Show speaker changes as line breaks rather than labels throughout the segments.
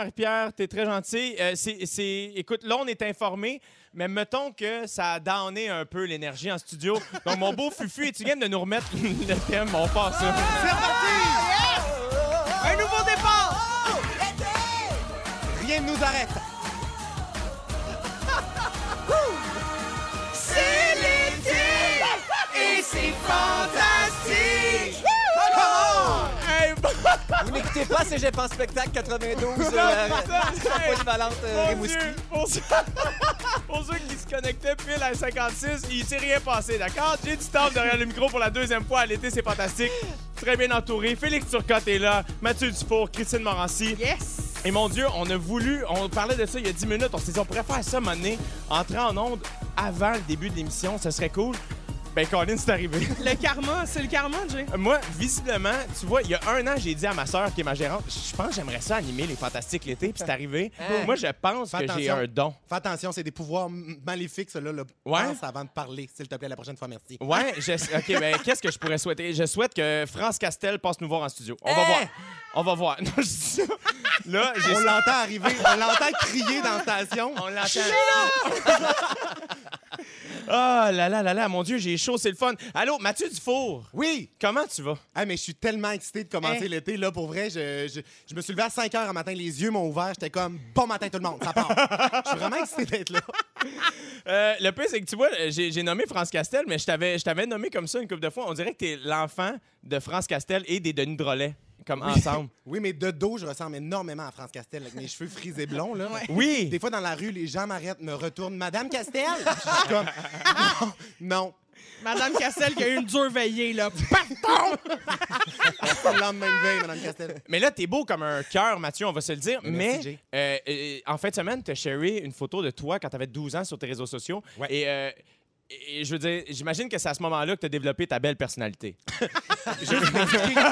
Marie-Pierre, t'es très gentil. Euh, c'est- c'est- Écoute, là, on est informé, mais mettons que ça a downé un peu l'énergie en studio. Donc, mon beau Fufu, et tu viens de nous remettre le thème, on passe ça.
C'est reparti! Un nouveau départ! Rien ne nous arrête. C'est l'été et c'est fantastique!
Hey, bon-
Vous n'écoutez pas Cégep en spectacle 92 euh,
Non,
la- la
hey,
polyvalente euh,
mon
Rimouski.
Dieu, pour, ceux... pour ceux qui se connectaient pile à 56, il s'est rien passé, d'accord? J'ai du temps derrière le micro pour la deuxième fois à l'été, c'est fantastique. Très bien entouré. Félix Turcotte est là, Mathieu Dufour, Christine Morancy.
Yes!
Et mon Dieu, on a voulu, on parlait de ça il y a 10 minutes, on s'est dit on pourrait faire ça, un moment donné, entrer en onde avant le début de l'émission, ça serait cool. Ben, Colin, c'est arrivé.
Le karma, c'est le karma, Jay.
Moi, visiblement, tu vois, il y a un an, j'ai dit à ma sœur, qui est ma gérante, je pense que j'aimerais ça animer les Fantastiques l'été, puis c'est arrivé.
Hein?
Moi, je pense
Fais
que j'ai
attention.
un don.
Fais attention, c'est des pouvoirs m- maléfiques, ceux-là. là.
Ouais. Oh.
Pense avant de parler, s'il te plaît, la prochaine fois, merci.
Ouais, je... OK, ben, qu'est-ce que je pourrais souhaiter? Je souhaite que France Castel passe nous voir en studio. On va
Eh!
Hein?
voir. On va voir. Non, je dis ça. Là, j'ai...
On l'entend arriver, on l'entend crier dans la station.
On l'entend. Ah là là là là, mon Dieu, j'ai chaud, c'est le fun. Allô, Mathieu Dufour,
Oui!
comment tu vas?
Ah, mais je suis tellement excité de commencer
Hein?
l'été. Là, pour vrai, je, je- je me suis levé à 5 h un matin, les yeux m'ont ouvert. J'étais comme, bon matin tout le monde, ça part. je suis vraiment excité d'être là.
Euh, le pire, c'est que tu vois, j'ai j'ai nommé France Castel, mais je t'avais je t'avais nommé comme ça une couple de fois. On dirait que t'es l'enfant de France Castel et des Denis Drolet, comme ensemble.
Oui, mais de dos, je ressemble énormément à France Castel avec mes cheveux frisés blonds. Là.
Oui!
Des fois, dans la rue, les gens m'arrêtent, me retournent. Madame Castel? Je suis comme, non,
Madame Castel qui a eu une dure veillée, là.
non. Le lendemain de veille, Madame Castel.
Mais là, t'es beau comme un cœur, Mathieu, on va se le dire.
Merci,
mais
Jay.
euh, euh, en fin de semaine, t'as sharé une photo de toi quand t'avais 12 ans sur tes réseaux sociaux.
Ouais.
Et, euh, et je veux dire, j'imagine que c'est à ce moment-là que t'as développé ta belle personnalité.
Juste m'expliquer.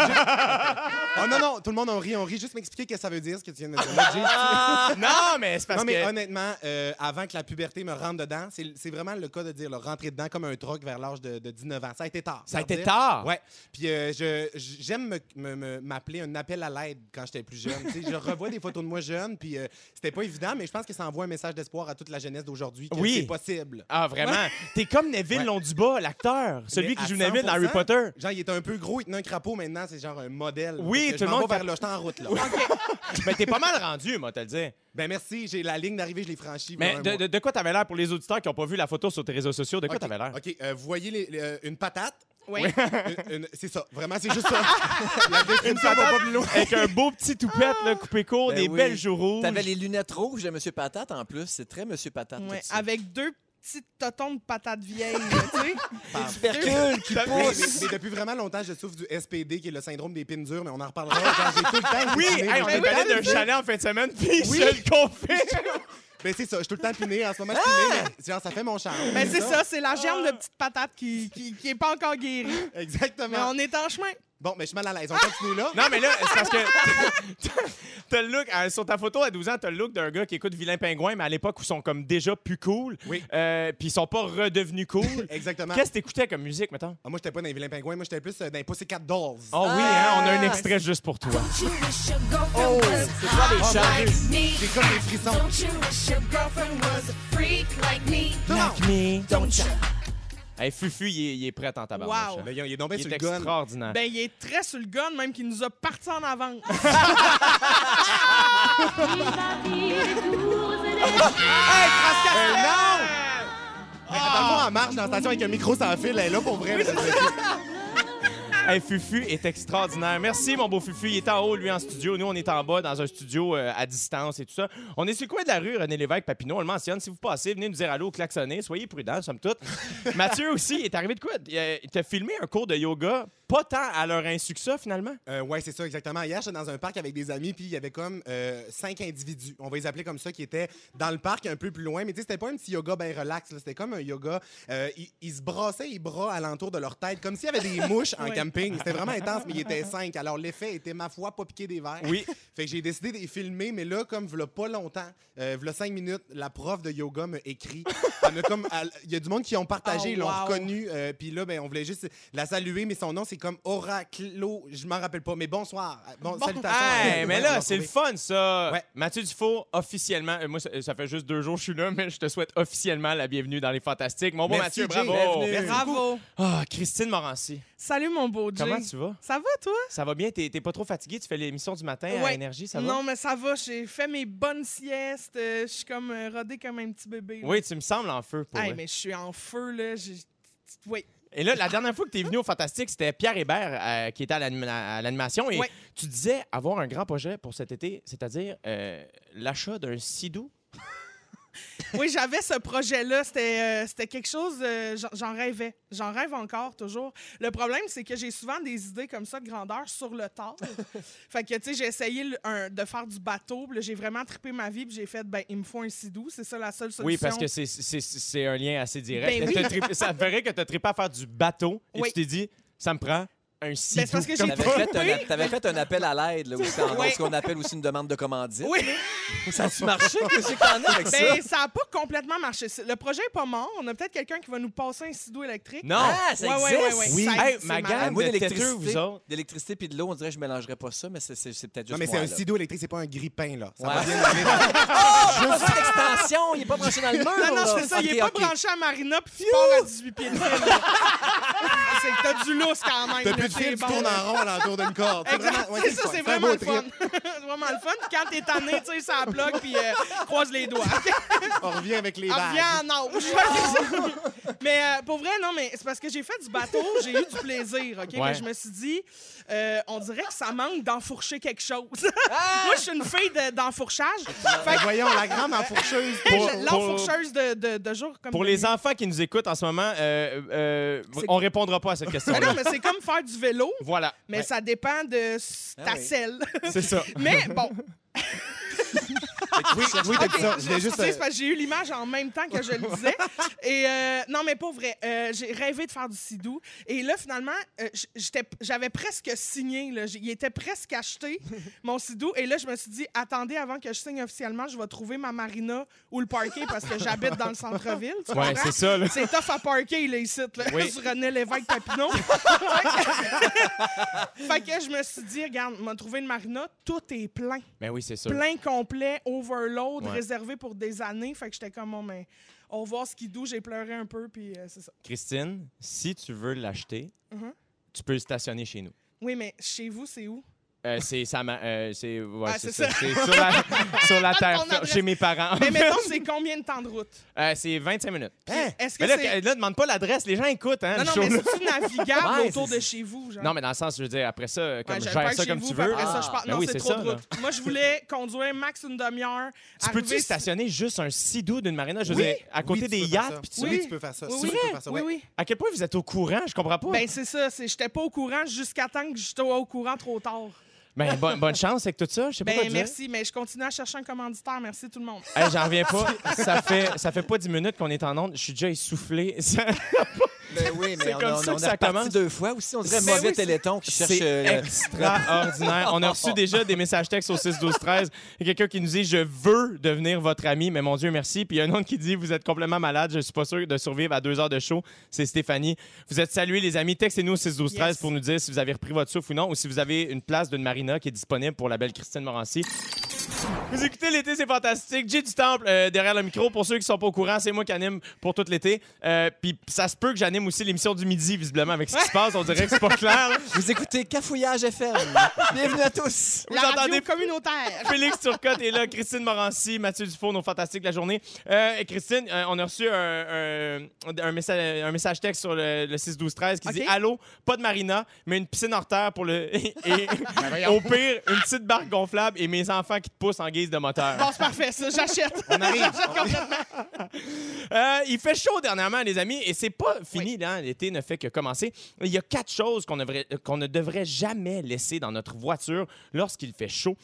Oh non, non, tout le monde, on rit, on rit. Juste m'expliquer ce que ça veut dire, ce que tu viens de dire. Moi, j'ai-
non, mais c'est parce
non, mais
que...
honnêtement, euh, avant que la puberté me rentre dedans, c'est c'est vraiment le cas de dire, là, rentrer dedans comme un troc vers l'âge de, de 19 ans. Ça a été tard.
Ça a été
dire.
tard.
Ouais. Puis euh, je- j'aime me- me- me- m'appeler un appel à l'aide quand j'étais plus jeune. Tu sais, je revois des photos de moi jeune, puis euh, c'était pas évident, mais je pense que ça envoie un message d'espoir à toute la jeunesse d'aujourd'hui que
Oui.
c'est possible.
Ah, vraiment? T'es comme Neville
Ouais.
Londubat, l'acteur, celui
Mais
qui
à
joue Neville dans Harry
100%,
Potter.
Genre, il était un peu gros, il tenait un crapaud maintenant, c'est genre un modèle.
Oui,
Fait que
tout
je
le
m'en
monde
vais
fait-
vers là, je suis en route, là.
Mais Ben, t'es pas mal rendu, moi, te le dire.
Ben merci, j'ai la ligne d'arrivée, je l'ai franchie.
Mais
voilà un
de,
mois.
de- de quoi t'avais l'air pour les auditeurs qui n'ont pas vu la photo sur tes réseaux sociaux? De quoi
OK,
t'avais l'air?
OK, euh, vous voyez les- les- euh, une patate?
Oui.
Une- une- c'est ça, vraiment, c'est juste ça. La définition va pas plus loin.
Avec un beau petit toupette là, coupé court,
Ben
des
oui.
belles joues rouges.
T'avais les lunettes rouges de Monsieur Patate en plus. C'est très Monsieur Patate.
Ouais,
tout ça.
avec deux petites totons de patates vieilles, là, tu sais.
Des tubercules qui
Mais-
Mais, mais-
poussent.
mais depuis vraiment longtemps, je souffre du SPD, qui est le syndrome des pines dures, mais on en reparlera. Genre, j'ai tout le temps.
Oui,
piné,
hey, on
moi.
est allé d'un chalet en fin de semaine, puis
Oui.
je le confirme.
Ben c'est ça, je suis tout le temps piné. En ce moment, je suis piné,
Ah!
mais c'est genre, ça fait mon charme.
Ben, c'est ça, c'est la germe de petite patate qui, qui, qui est pas encore guérie. Mais
Exactement.
on est en chemin.
Bon, mais je suis mal à l'aise. On continue là.
Non, mais là, c'est parce que t'as le look, euh, sur ta photo à 12 ans, t'as le look d'un gars qui écoute Vilain Pingouin, mais à l'époque où ils sont comme déjà plus cool,
Oui.
euh, puis ils sont pas redevenus cool.
Exactement.
Qu'est-ce que t'écoutais comme musique, mettons?
Ah, moi, j'étais pas dans les vilains pingouins, moi, j'étais plus euh, dans les Pussycat Dolls.
Oh oui, hein, on a un extrait juste pour toi.
Oh, c'est quoi les chants?
J'ai comme des frissons. Euh,
Don't shout.
Hey, Fufu, il est, il est prêt en tabarnouche.
Wow.
hein.
Mais il est donc bien
Il
sur
est
le gun.
extraordinaire.
Ben, il est très sur le gun, même qu'il nous a partis en avant.
Euh, non! Elle est Ah, en marche dans la station avec un micro sans fil. Elle est là pour vrai.
Hey, Fufu est extraordinaire. Merci, mon beau Fufu. Il est en haut, lui, en studio. Nous, on est en bas, dans un studio euh, à distance et tout ça. On est sur le coin de la rue, René Lévesque, Papineau. On le mentionne. Si vous passez, venez nous dire allô, klaxonner. Soyez prudents, somme toute. Mathieu aussi, il est arrivé de quoi? Il euh, il t'a filmé un cours de yoga, pas tant à leur insu que ça, finalement.
Euh, ouais, c'est ça, exactement. Hier, j'étais dans un parc avec des amis, puis il y avait comme euh, cinq individus, on va les appeler comme ça, qui étaient dans le parc un peu plus loin. Mais tu sais, c'était pas un petit yoga ben bien relax, là. c'était comme un yoga. euh, ils, ils se brassaient les bras alentour de leur tête, comme s'il y avait des mouches en
Ouais.
camping. camping. C'était vraiment intense, mais il était cinq. Alors, l'effet était, ma foi, pas piqué des verres.
Oui.
Fait que j'ai décidé de les filmer, mais là, comme v'là pas longtemps, euh, v'là cinq minutes, la prof de yoga me écrit. Elle m'a comme, elle- il y a du monde qui ont partagé,
Oh,
ils l'ont
wow.
reconnu. euh, Puis là, ben, on voulait juste la saluer, mais son nom, c'est comme Oraclo. Je m'en rappelle pas, mais bonsoir. Euh, Bon, salutations.
Hey,
Ouais,
mais
on
là,
l'a
c'est le
trouvé.
fun, ça.
Ouais.
Mathieu Dufour, officiellement, euh, moi, ça, ça fait juste deux jours que je suis là, mais je te souhaite officiellement la bienvenue dans les Fantastiques. Mon bon
Merci,
Mathieu,
Jay.
bravo.
Bienvenue. Merci
Bravo.
Ah, Christine Morancy,
Salut, mon beau Jay.
comment tu vas?
Ça va, toi?
Ça va bien? T'es t'es pas trop fatigué? Tu fais l'émission du matin à
Ouais.
Énergie, ça va?
non, mais ça va. J'ai fait mes bonnes siestes. euh, je suis comme euh, rodée comme un petit bébé. là.
Oui, tu me sembles en feu. Pour
Hey,
vrai.
mais je suis en feu, là. j'ai- Oui.
Et là, la dernière fois que tu es venu au Fantastique, c'était Pierre Hébert euh, qui était à l'anima- à l'animation. Et
Ouais.
tu disais avoir un grand projet pour cet été, c'est-à-dire euh, l'achat d'un Sidou.
Oui, j'avais ce projet-là. C'était euh, c'était quelque chose, euh, j'en- j'en rêvais. J'en rêve encore, toujours. Le problème, c'est que j'ai souvent des idées comme ça de grandeur sur le tard. fait que, tu sais, j'ai essayé le- un- de faire du bateau. puis là, J'ai vraiment trippé ma vie. Puis j'ai fait, ben, il me faut un sidou. C'est ça la seule solution.
Oui, parce que c'est- c'est c'est un lien assez direct.
Ben oui.
T'as trippé- ça me ferait que tu as trippé à faire du bateau et
Oui.
tu t'es dit, ça me prend un Sidou.
Ben, c'est parce que
comme
j'ai-
toi.
T'avais fait, un, t'avais fait un appel à l'aide, là, aussi, en-
Ouais.
ce qu'on appelle aussi une demande de commandite.
Oui,
Ça a-tu marché? Qu'est-ce que t'en as avec ça?
ben, ça n'a pas complètement marché. C'est- Le projet n'est pas mort. On a peut-être quelqu'un qui va nous passer un sidou électrique.
Non!
Ah, ça
Ouais, ouais,
existe!
ouais, ouais.
Oui.
Ça-
Hey,
c'est
ma
malade.
gang-
Ah, moi,
de
d'électricité,
têteux, vous autres.
d'électricité puis de l'eau, on dirait que je mélangerais pas ça, mais c'est, c'est- c'est peut-être juste
Non, mais c'est
moi,
un
là.
sidou électrique, c'est pas un grippin, là. Ça
Ouais. Ah,
va bien aller dans-
Juste l'extension, il est pas branché dans le mur.
Non, non,
là.
c'est ça. Il
Ok,
n'est pas
ok.
branché à Marina, puis tu pars à 18 pieds de fil, là. C'est que t'as du lousse quand même.
T'as
là,
plus de
t'es
fil, tu
bon,
tournes
là.
en rond alentour d'une corde.
Exact.
vraiment- ouais,
C'est ça, c'est
un
vraiment
beau
le fun.
trip.
C'est vraiment le fun. Puis Quand t'es tanné, tu sais, ça bloque, puis euh, croise les doigts.
On revient avec les
On
vagues.
revient en auge. mais euh, pour vrai, non, mais c'est parce que j'ai fait du bateau, j'ai eu du plaisir, OK?
Ouais.
Mais je me suis dit, euh, on dirait que ça manque d'enfourcher quelque chose. Moi, je suis une fille de- d'enfourchage.
Ben voyons, la grande enfourcheuse.
Pour-
Je- L'enfourcheuse de, de, de jour comme
Pour
de nuit.
les enfants qui nous écoutent en ce moment, euh, euh,
C'est-
on répondra pas à cette
Mais non,
question-là.
mais c'est comme faire du vélo,
Voilà.
mais
Ouais.
ça dépend de s-
Ah
ta
oui.
selle.
C'est ça.
mais bon,
Oui, oui, t'as dit ça. Je voulais
Excusez,
juste. euh,
c'est parce que j'ai eu l'image en même temps que je le disais. Et euh, non, mais pas vrai. Euh, j'ai rêvé de faire du sidou. Et là, finalement, euh, j- j'étais- j'avais presque signé. là. J- Il était presque acheté, mon sidou. Et là, je me suis dit, attendez, avant que je signe officiellement, je vais trouver ma marina ou le parquet parce que j'habite dans le centre-ville. tu
Ouais,
comprends?
c'est ça, là.
C'est tough à parquer, là, ici, là,
Oui.
sur René Lévesque Papineau. fait que je me suis dit, regarde, m'a trouvé une marina, tout est plein
Mais Ben oui, c'est sûr.
plein complet, overload,
Ouais.
réservé pour des années. Fait que j'étais comme, bon, mais on va voir ce qu'il doux. J'ai pleuré un peu, puis euh, c'est ça.
Christine, si tu veux l'acheter,
Mhm.
tu peux le stationner chez nous.
Oui, mais chez vous, c'est où?
Euh, c'est ça, ma- euh, c'est ouais,
Ah,
c'est
c'est
ça. C'est sur la, sur la terre,
ton adresse.
chez mes parents.
Mais mettons, c'est combien de temps de route?
Euh, c'est 25 minutes.
Hein?
Est-ce que
Mais là,
c'est.
là, demande pas l'adresse. Les gens écoutent, hein,
Non,
le
non,
show,
mais
là.
c'est-tu navigable
Ouais,
autour
c'est-
de chez vous? Genre?
Non, mais dans le sens, je veux dire, après ça, comme
Ouais, je
gère
parque
ça
chez
comme
vous,
tu
puis
veux.
Après ça,
Ah.
je pars.
Ben
Non,
oui,
c'est
c'est
trop
ça,
de
là.
route. Moi, je voulais conduire max une demi-heure.
Tu peux-tu
arriver-
stationner juste un sidou d'une marina, je veux
Oui.
dire, à côté
Oui, tu
des
peux faire ça.
yachts? puis tu-
Oui.
Oui, tu peux faire ça.
Oui,
Si,
oui.
tu peux faire ça,
Oui,
ouais.
oui.
À quel point vous êtes au courant? Je comprends pas.
Ben, c'est ça. c'est- J'étais pas au courant jusqu'à temps que j'étais au courant trop tard.
Ben, bonne- bonne chance avec tout ça. Je sais pas quoi
Ben,
dire.
merci. Mais je continue à chercher un commanditaire. Merci, tout le monde.
Hey, J'en reviens pas. ça, fait, ça fait pas 10 minutes qu'on est en onde. Je suis déjà essoufflé. Ça-
Ben oui,
C'est
mais on,
comme
a- on,
ça
a- on
que
a
ça
reparti
commence.
deux fois aussi. On dirait
C'est-
mauvais
oui, c'est-
téléthon qui cherche.
C'est
euh,
extraordinaire. On a reçu déjà des messages textes au 6 12 13. Il y a quelqu'un qui nous dit je veux devenir votre ami, mais mon Dieu merci. Puis il y a un autre qui dit vous êtes complètement malade, je suis pas sûr de survivre à deux heures de show. C'est Stéphanie. Vous êtes salués les amis. Textez-nous au 6 12 13
Yes.
pour nous dire si vous avez repris votre souffle ou non, ou si vous avez une place d'une marina qui est disponible pour la belle Christine Morancy. Vous écoutez l'été, c'est fantastique. J'ai du temple euh, derrière le micro. Pour ceux qui sont pas au courant, c'est moi qui anime pour tout l'été. Euh, Puis ça se peut que j'anime aussi l'émission du midi, visiblement, avec ce qui se passe. On dirait que c'est pas clair.
Vous écoutez Cafouillage FM. Bienvenue à tous.
Vous
La radio
entendez-
communautaire.
Félix Turcotte est là, Christine Morancy, Mathieu Dufour, nos fantastiques de la journée. Euh, et Christine, euh, on a reçu un, un- un message, un message texte sur le, 6-12-13 qui
Ok.
dit Allô, pas de marina, mais une piscine hors terre pour le. et-
Ben
et au pire, une petite barque gonflable et mes enfants qui te poussent en guise de moteur.
Bon, c'est parfait, ça, j'achète.
On arrive.
Euh, il fait chaud dernièrement, les amis, et c'est pas fini, là. hein. L'été ne fait que commencer. Il y a quatre choses qu'on devrait- qu'on ne devrait jamais laisser dans notre voiture lorsqu'il fait chaud.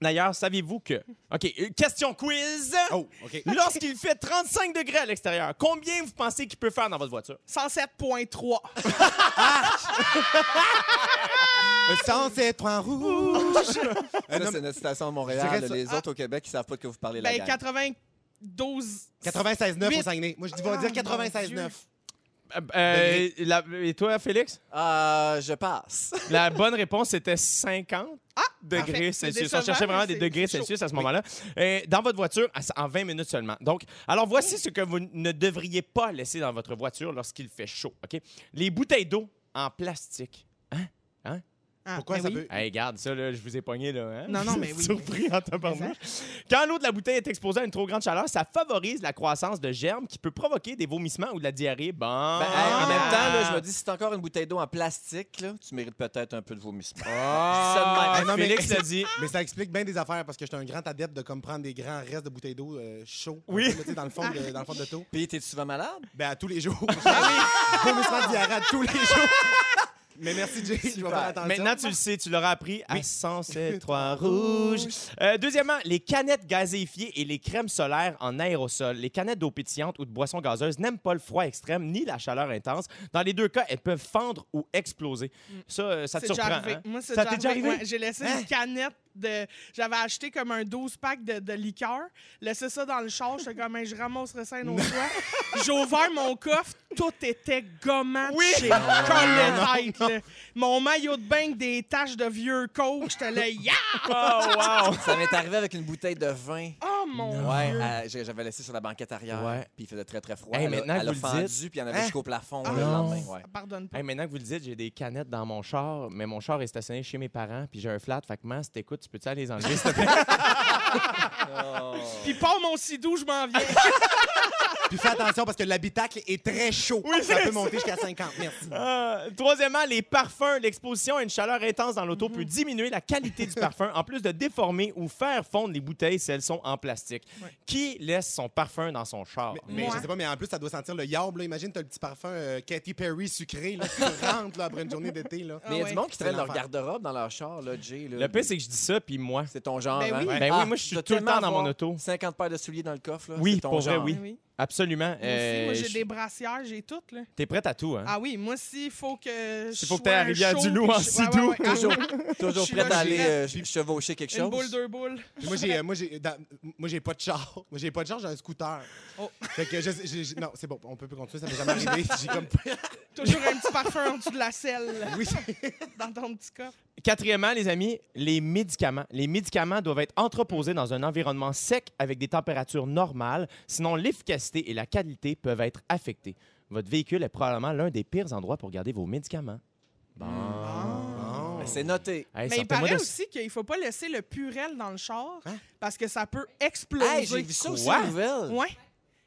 D'ailleurs, saviez-vous que. OK, euh, question quiz.
Oh, OK.
Lorsqu'il fait 35 degrés à l'extérieur, combien vous pensez qu'il peut faire dans votre voiture?
107.3.
107 points rouges. Euh,
Ça,
non,
c'est notre station à
Je
Montréal.
dirais ça-
Les autres au Québec, ils savent pas de quoi vous parlez la
ben,
gang.
92.
96,9
Huit.
au Saguenay. Moi, je dis, on va
Ah,
dire
mon
96,9.
Euh, euh, la- et toi, Félix?
Ah, je passe.
La bonne réponse, c'était 50 degrés
parfait. C'est
Celsius. On
décevant,
cherchait vraiment
mais
des
c'est
degrés
chaud.
Celsius à ce moment-là. Euh, dans votre voiture, à- en 20 minutes seulement. Donc, alors voici ce que vous ne devriez pas laisser dans votre voiture lorsqu'il fait chaud. OK? Les bouteilles d'eau en plastique.
Ah,
Pourquoi
ben
ça
oui.
peut.
Hey, regarde, ça, là, je vous ai pogné, là. hein?
Non, non,
Vous
mais
êtes
oui,
Surpris en tabarnouche. Quand l'eau de la bouteille est exposée à une trop grande chaleur, ça favorise la croissance de germes qui peut provoquer des vomissements ou de la diarrhée. Bon. Ah.
Ben, hey, en même temps, là, je me dis, si t'as encore une bouteille d'eau en plastique, là, tu mérites peut-être un peu de vomissement.
Ah,
Je dis ça de même.
non, mais-
Félix l'a dit.
Mais ça explique bien des affaires parce que j'étais un grand adepte de comme prendre des grands restes de bouteilles d'eau euh, chauds un
Oui.
peu, là, tu sais, dans le fond de, dans le fond de l'auto.
Puis, t'es souvent malade?
Ben, à tous les jours. Vomissement de diarrhée à tous les jours. Mais merci, Jay. Je vais faire attention.
Maintenant, tu le sais, tu l'auras appris à 103 rouges. Euh, deuxièmement, les canettes gazéifiées et les crèmes solaires en aérosol. Les canettes d'eau pétillante ou de boissons gazeuses n'aiment pas le froid extrême ni la chaleur intense. Dans les deux cas, elles peuvent fendre ou exploser. Ça, euh, ça te
C'est déjà
surprend.
arrivé.
hein?
Moi, c'est
Ça
déjà
t'est déjà
arrivé.
arrivé?
Ouais, J'ai laissé
Hein?
une canette de. J'avais acheté comme un 12 pack de, de liqueur, laissé ça dans le char, j'étais comme, Hey, je ramasserais ça un autre fois. J'ai ouvert mon coffre, tout était gommant. Oui! J'ai
Ah
collé tête, là. Mon maillot de bain, avec des taches de vieux coke, j'étais là, yeah!
Oh, wow!
Ça m'est arrivé avec une bouteille de vin.
Oh mon
Ouais,
Dieu!
euh, j'ai- j'avais laissé sur la banquette arrière.
Ouais.
Puis il faisait très très froid.
Hey,
elle a-
maintenant que
elle a
vous le dites-
fendu, puis il y en avait
Hein?
jusqu'au plafond
Ah,
le
non.
lendemain. Ouais.
Ça pardonne pas.
Hey, maintenant que vous le dites, j'ai des canettes dans mon char, mais mon char est stationné chez mes parents, puis j'ai un flat. Fait que, man, si t'écoutes, tu peux-tu aller les enlever, s'il te plaît?
Ah Puis pas mon sidou, je m'en viens.
Puis fais attention parce que l'habitacle est très chaud. ça peut monter jusqu'à 50. Merci.
Euh, troisièmement, les parfums. L'exposition à une chaleur intense dans l'auto peut diminuer la qualité du parfum, en plus de déformer ou faire fondre les bouteilles si elles sont en plastique. Qui laisse son parfum dans son char?
Mais
Moi.
je sais pas, mais en plus, ça doit sentir le yable. là. Imagine, t'as le petit parfum euh, Katy Perry sucré là, qui rentre là, après une journée d'été. là.
Mais il y a
Ah ouais.
du monde qui traîne
C'est
leur
l'enfer.
garde-robe dans leur char, là, Jay. là.
Le pire, c'est que je dis ça, puis moi.
C'est ton genre,
Ben oui.
hein?
Ben oui, moi, je suis
tu dois
tout le temps
tellement
dans mon
avoir
auto.
50 paires de souliers dans le coffre, là.
Oui,
c'est ton
pour vrai,
genre.
oui.
Ah
Absolument.
Moi aussi,
Euh,
moi,
je-
j'ai des brassières, j'ai toutes, là.
T'es prête à tout, hein?
Ah oui, moi aussi, il faut que.
Il
Il
faut que t'ailles à Rivière-du-Loup en sidou.
Ah,
Toujours,
Je
toujours
suis
prêt
là,
à aller
je suis
euh, chevaucher quelque
Une
chose.
boule, deux boules.
Puis moi, j'ai, euh, moi, j'ai, dans- moi, j'ai pas de char. Moi, j'ai pas de char, j'ai un scooter.
Oh.
Fait que je, j'ai- j'ai- non, c'est bon, on peut plus continuer, ça m'est jamais arrivé. J'ai comme.
Toujours un petit parfum en dessous de la selle
Oui,
dans ton petit coffre.
Quatrièmement, les amis, les médicaments. Les médicaments doivent être entreposés dans un environnement sec avec des températures normales, sinon l'efficacité et la qualité peuvent être affectées. Votre véhicule est probablement l'un des pires endroits pour garder vos médicaments.
Bon.
Ben, C'est noté.
Hey,
Mais il
sortez-moi
paraît
de-
aussi qu'il faut pas laisser le purel dans le char
Hein?
parce que ça peut exploser.
Hey, j'ai vu ça aussi,
Quoi?
aux nouvelles.
Ouais.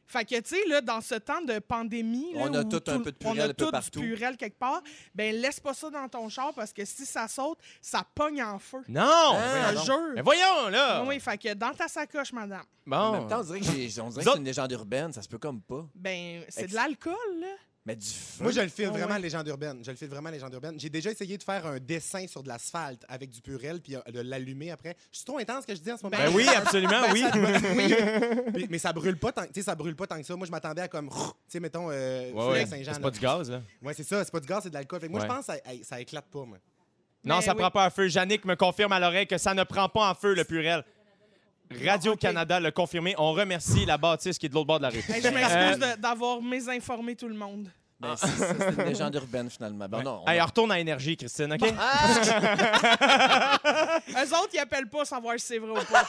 Fait que, tu sais, là, dans ce temps de pandémie, là,
On a
où
tout un peu de purel
on a
un peu
tout
partout.
du purel quelque part, ben laisse pas ça dans ton char parce que si ça saute, ça pogne en feu.
Non!
Ah,
Un
non.
jeu.
Mais voyons,
Ah.
là!
Oui, fait que dans ta sacoche, madame,
Bon.
En même temps, on dirait que, j'ai- on dirait que
Vous
c'est une légende urbaine, ça se peut comme pas.
ben c'est
Ex-
de l'alcool, là.
Mais du feu.
Moi, je le file
Ah
vraiment
ouais.
légende urbaine. Je le file vraiment légende urbaine. J'ai déjà essayé de faire un dessin sur de l'asphalte avec du purel puis euh, de l'allumer après. Je suis trop intense ce que je dis en ce moment.
Ben oui, absolument, oui.
Puis- mais ça brûle pas tant, tu sais, ça brûle pas tant que ça. Moi, je m'attendais à comme, tu sais, mettons,
Ouais,
euh, feu
ouais.
à Saint-Jean.
C'est
là.
pas du gaz, là.
Ouais, c'est ça. C'est pas du gaz, c'est de l'alcool. Fait que moi,
Ouais.
je pense que ça, ça éclate pas, moi.
Non,
Mais
ça
oui.
prend pas un feu. Yannick me confirme à l'oreille que ça ne prend pas en feu, le purel.
Ah,
Radio-Canada l'a confirmé. On remercie la bâtisse qui est de l'autre bord de la rue. Euh,
Hey, je m'excuse de- d'avoir mésinformé tout le monde.
Ben, c'est ça, c'est une légende urbaine, finalement. Ben, non, on
Hey,
a- Hein?
retourne à énergie, Christine, OK?
Eux autres, ils appellent pas savoir si c'est vrai ou pas.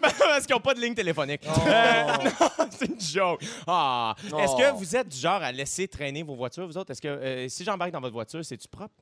Parce qu'ils n'ont pas de ligne téléphonique. Euh, non, c'est une joke. Ah.
Oh.
Est-ce que vous êtes du genre à laisser traîner vos voitures, vous autres? Est-ce que euh, si j'embarque dans votre voiture, c'est-tu propre?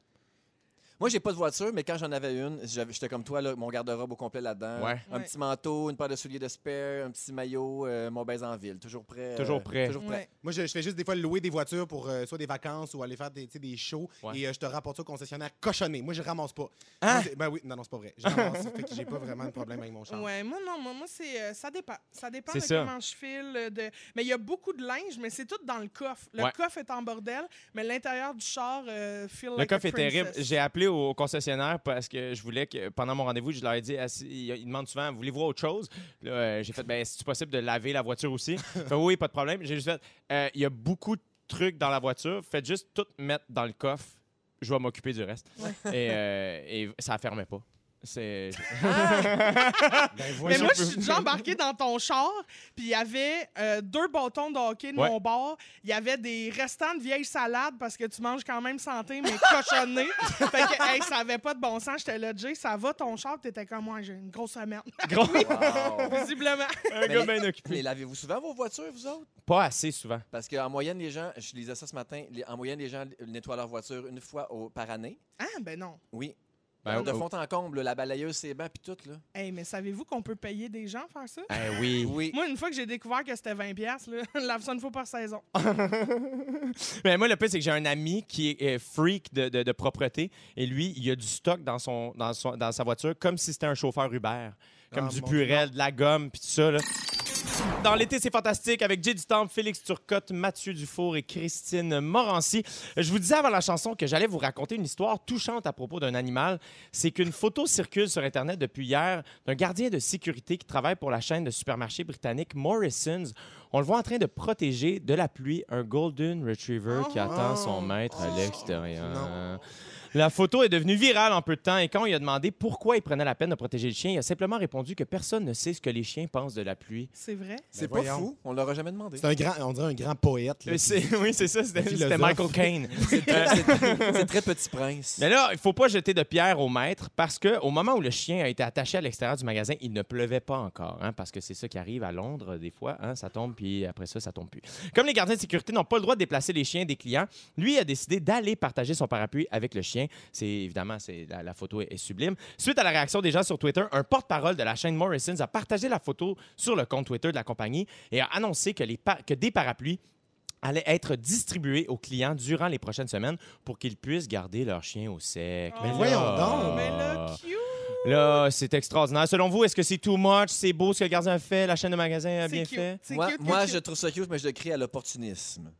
Moi, j'ai pas de voiture, mais quand j'en avais une, j'avais- j'étais comme toi, là, mon garde-robe au complet là-dedans.
Ouais.
Un
Ouais.
petit manteau, une paire de souliers de spare, un petit maillot, euh, mon baise en ville. Toujours prêt. euh,
Toujours prêt.
Toujours prêt.
Ouais.
Moi, je, je fais juste des fois louer des voitures pour euh, soit des vacances ou aller faire des, tu sais, des shows.
Ouais. Hein?
Et euh, je te rapporte ça au concessionnaire cochonné. Moi, je ramasse pas. Moi, c'est- ben oui, non, non, c'est pas vrai. Je ramasse. fait que j'ai pas vraiment de problème avec mon char.
Ouais, moi non, moi, moi, c'est euh, ça dépend. Ça dépend
Ah. C'est
de
ça.
comment je file. euh, De... Mais il y a beaucoup de linge, mais c'est tout dans le coffre. Le
Ouais.
coffre est en bordel, mais l'intérieur du char euh, feel
Le
like a
coffre est terrible.
princess.
J'ai appelé au concessionnaire parce que je voulais que pendant mon rendez-vous, je leur ai dit Ah, si- ils ils demandent souvent voulez-vous autre chose Là, euh, j'ai fait ben c'est possible de laver la voiture aussi. Ils font, oui, pas de problème. J'ai juste fait Euh, il y a beaucoup de trucs dans la voiture, faites juste tout mettre dans le coffre. Je vais m'occuper du reste. Et, euh, et ça fermait pas. C'est
Ben,
Mais
voyons.
moi, je suis déjà embarquée dans ton char, puis il y avait euh, deux bâtons de hockey de
Ouais.
mon bord. Il y avait des restants de vieilles salades parce que tu manges quand même santé, mais cochonné. fait que, hey, ça avait pas de bon sens. J'étais là, Jay, ça va ton char? T'étais comme moi, j'ai une grosse merde.
gros.
Wow.
Visiblement.
Un
Mais
gars
les-
bien
Mais
occupé.
lavez-vous souvent vos voitures, vous autres?
Pas assez souvent.
Parce qu'en moyenne, les gens, je lisais ça ce matin, les- en moyenne, les gens nettoient leur voiture une fois au- par année.
Ah, ben non.
Oui.
Ben,
de
oh.
fond en comble, la balayeuse, ses bancs, puis tout, là.
Hey, mais savez-vous qu'on peut payer des gens faire ça?
Eh oui.
Oui.
Moi, une fois que j'ai découvert que c'était 20$, piastres, là, lave ça une fois par saison.
Mais moi, le pire, c'est que j'ai un ami qui est euh, freak de, de- de propreté et lui, il a du stock dans, son, dans, son- dans sa voiture comme si c'était un chauffeur Uber. Comme
Ah,
du
mon
purel, de la gomme, puis tout ça. là. Dans l'été, c'est fantastique avec Jay Temple, Félix Turcotte, Mathieu Dufour et Christine Morancy. Je vous disais avant la chanson que j'allais vous raconter une histoire touchante à propos d'un animal. C'est qu'une photo circule sur Internet depuis hier d'un gardien de sécurité qui travaille pour la chaîne de supermarchés britannique Morrison's. On le voit en train de protéger de la pluie un golden retriever qui
Oh.
attend son maître à l'extérieur.
Non.
La photo est devenue virale en peu de temps et quand on lui a demandé pourquoi il prenait la peine de protéger le chien, il a simplement répondu que personne ne sait ce que les chiens pensent de la pluie.
C'est vrai?
C'est
Ben
pas
voyons.
fou. On l'aura jamais demandé.
C'est un grand, on dirait un grand poète. là,
Euh, c'est- oui, c'est ça, c'était
Philosophe.
c'était Michael Caine. Euh,
C'est très petit prince.
Mais là, il faut pas jeter de pierre au maître parce que au moment où le chien a été attaché à l'extérieur du magasin, il ne pleuvait pas encore, hein, parce que c'est ça qui arrive à Londres des fois, hein, ça tombe puis après ça, ça tombe plus. Comme les gardiens de sécurité n'ont pas le droit de déplacer les chiens des clients, lui a décidé d'aller partager son parapluie avec le chien. C'est évidemment, c'est la, la photo est, est sublime. Suite à la réaction des gens sur Twitter, un porte-parole de la chaîne Morrison's a partagé la photo sur le compte Twitter de la compagnie et a annoncé que, les par- que des parapluies allaient être distribués aux clients durant les prochaines semaines pour qu'ils puissent garder leur chien au sec.
Mais
là-
voyons donc!
Ah. Mais là, cute!
Là, c'est extraordinaire. Selon vous, est-ce que c'est too much? C'est beau ce que le gardien a fait? La chaîne de magasin a
C'est
bien
cute.
fait?
C'est
moi,
cute, cute,
moi,
cute.
je trouve ça cute, mais je le crie à l'opportunisme.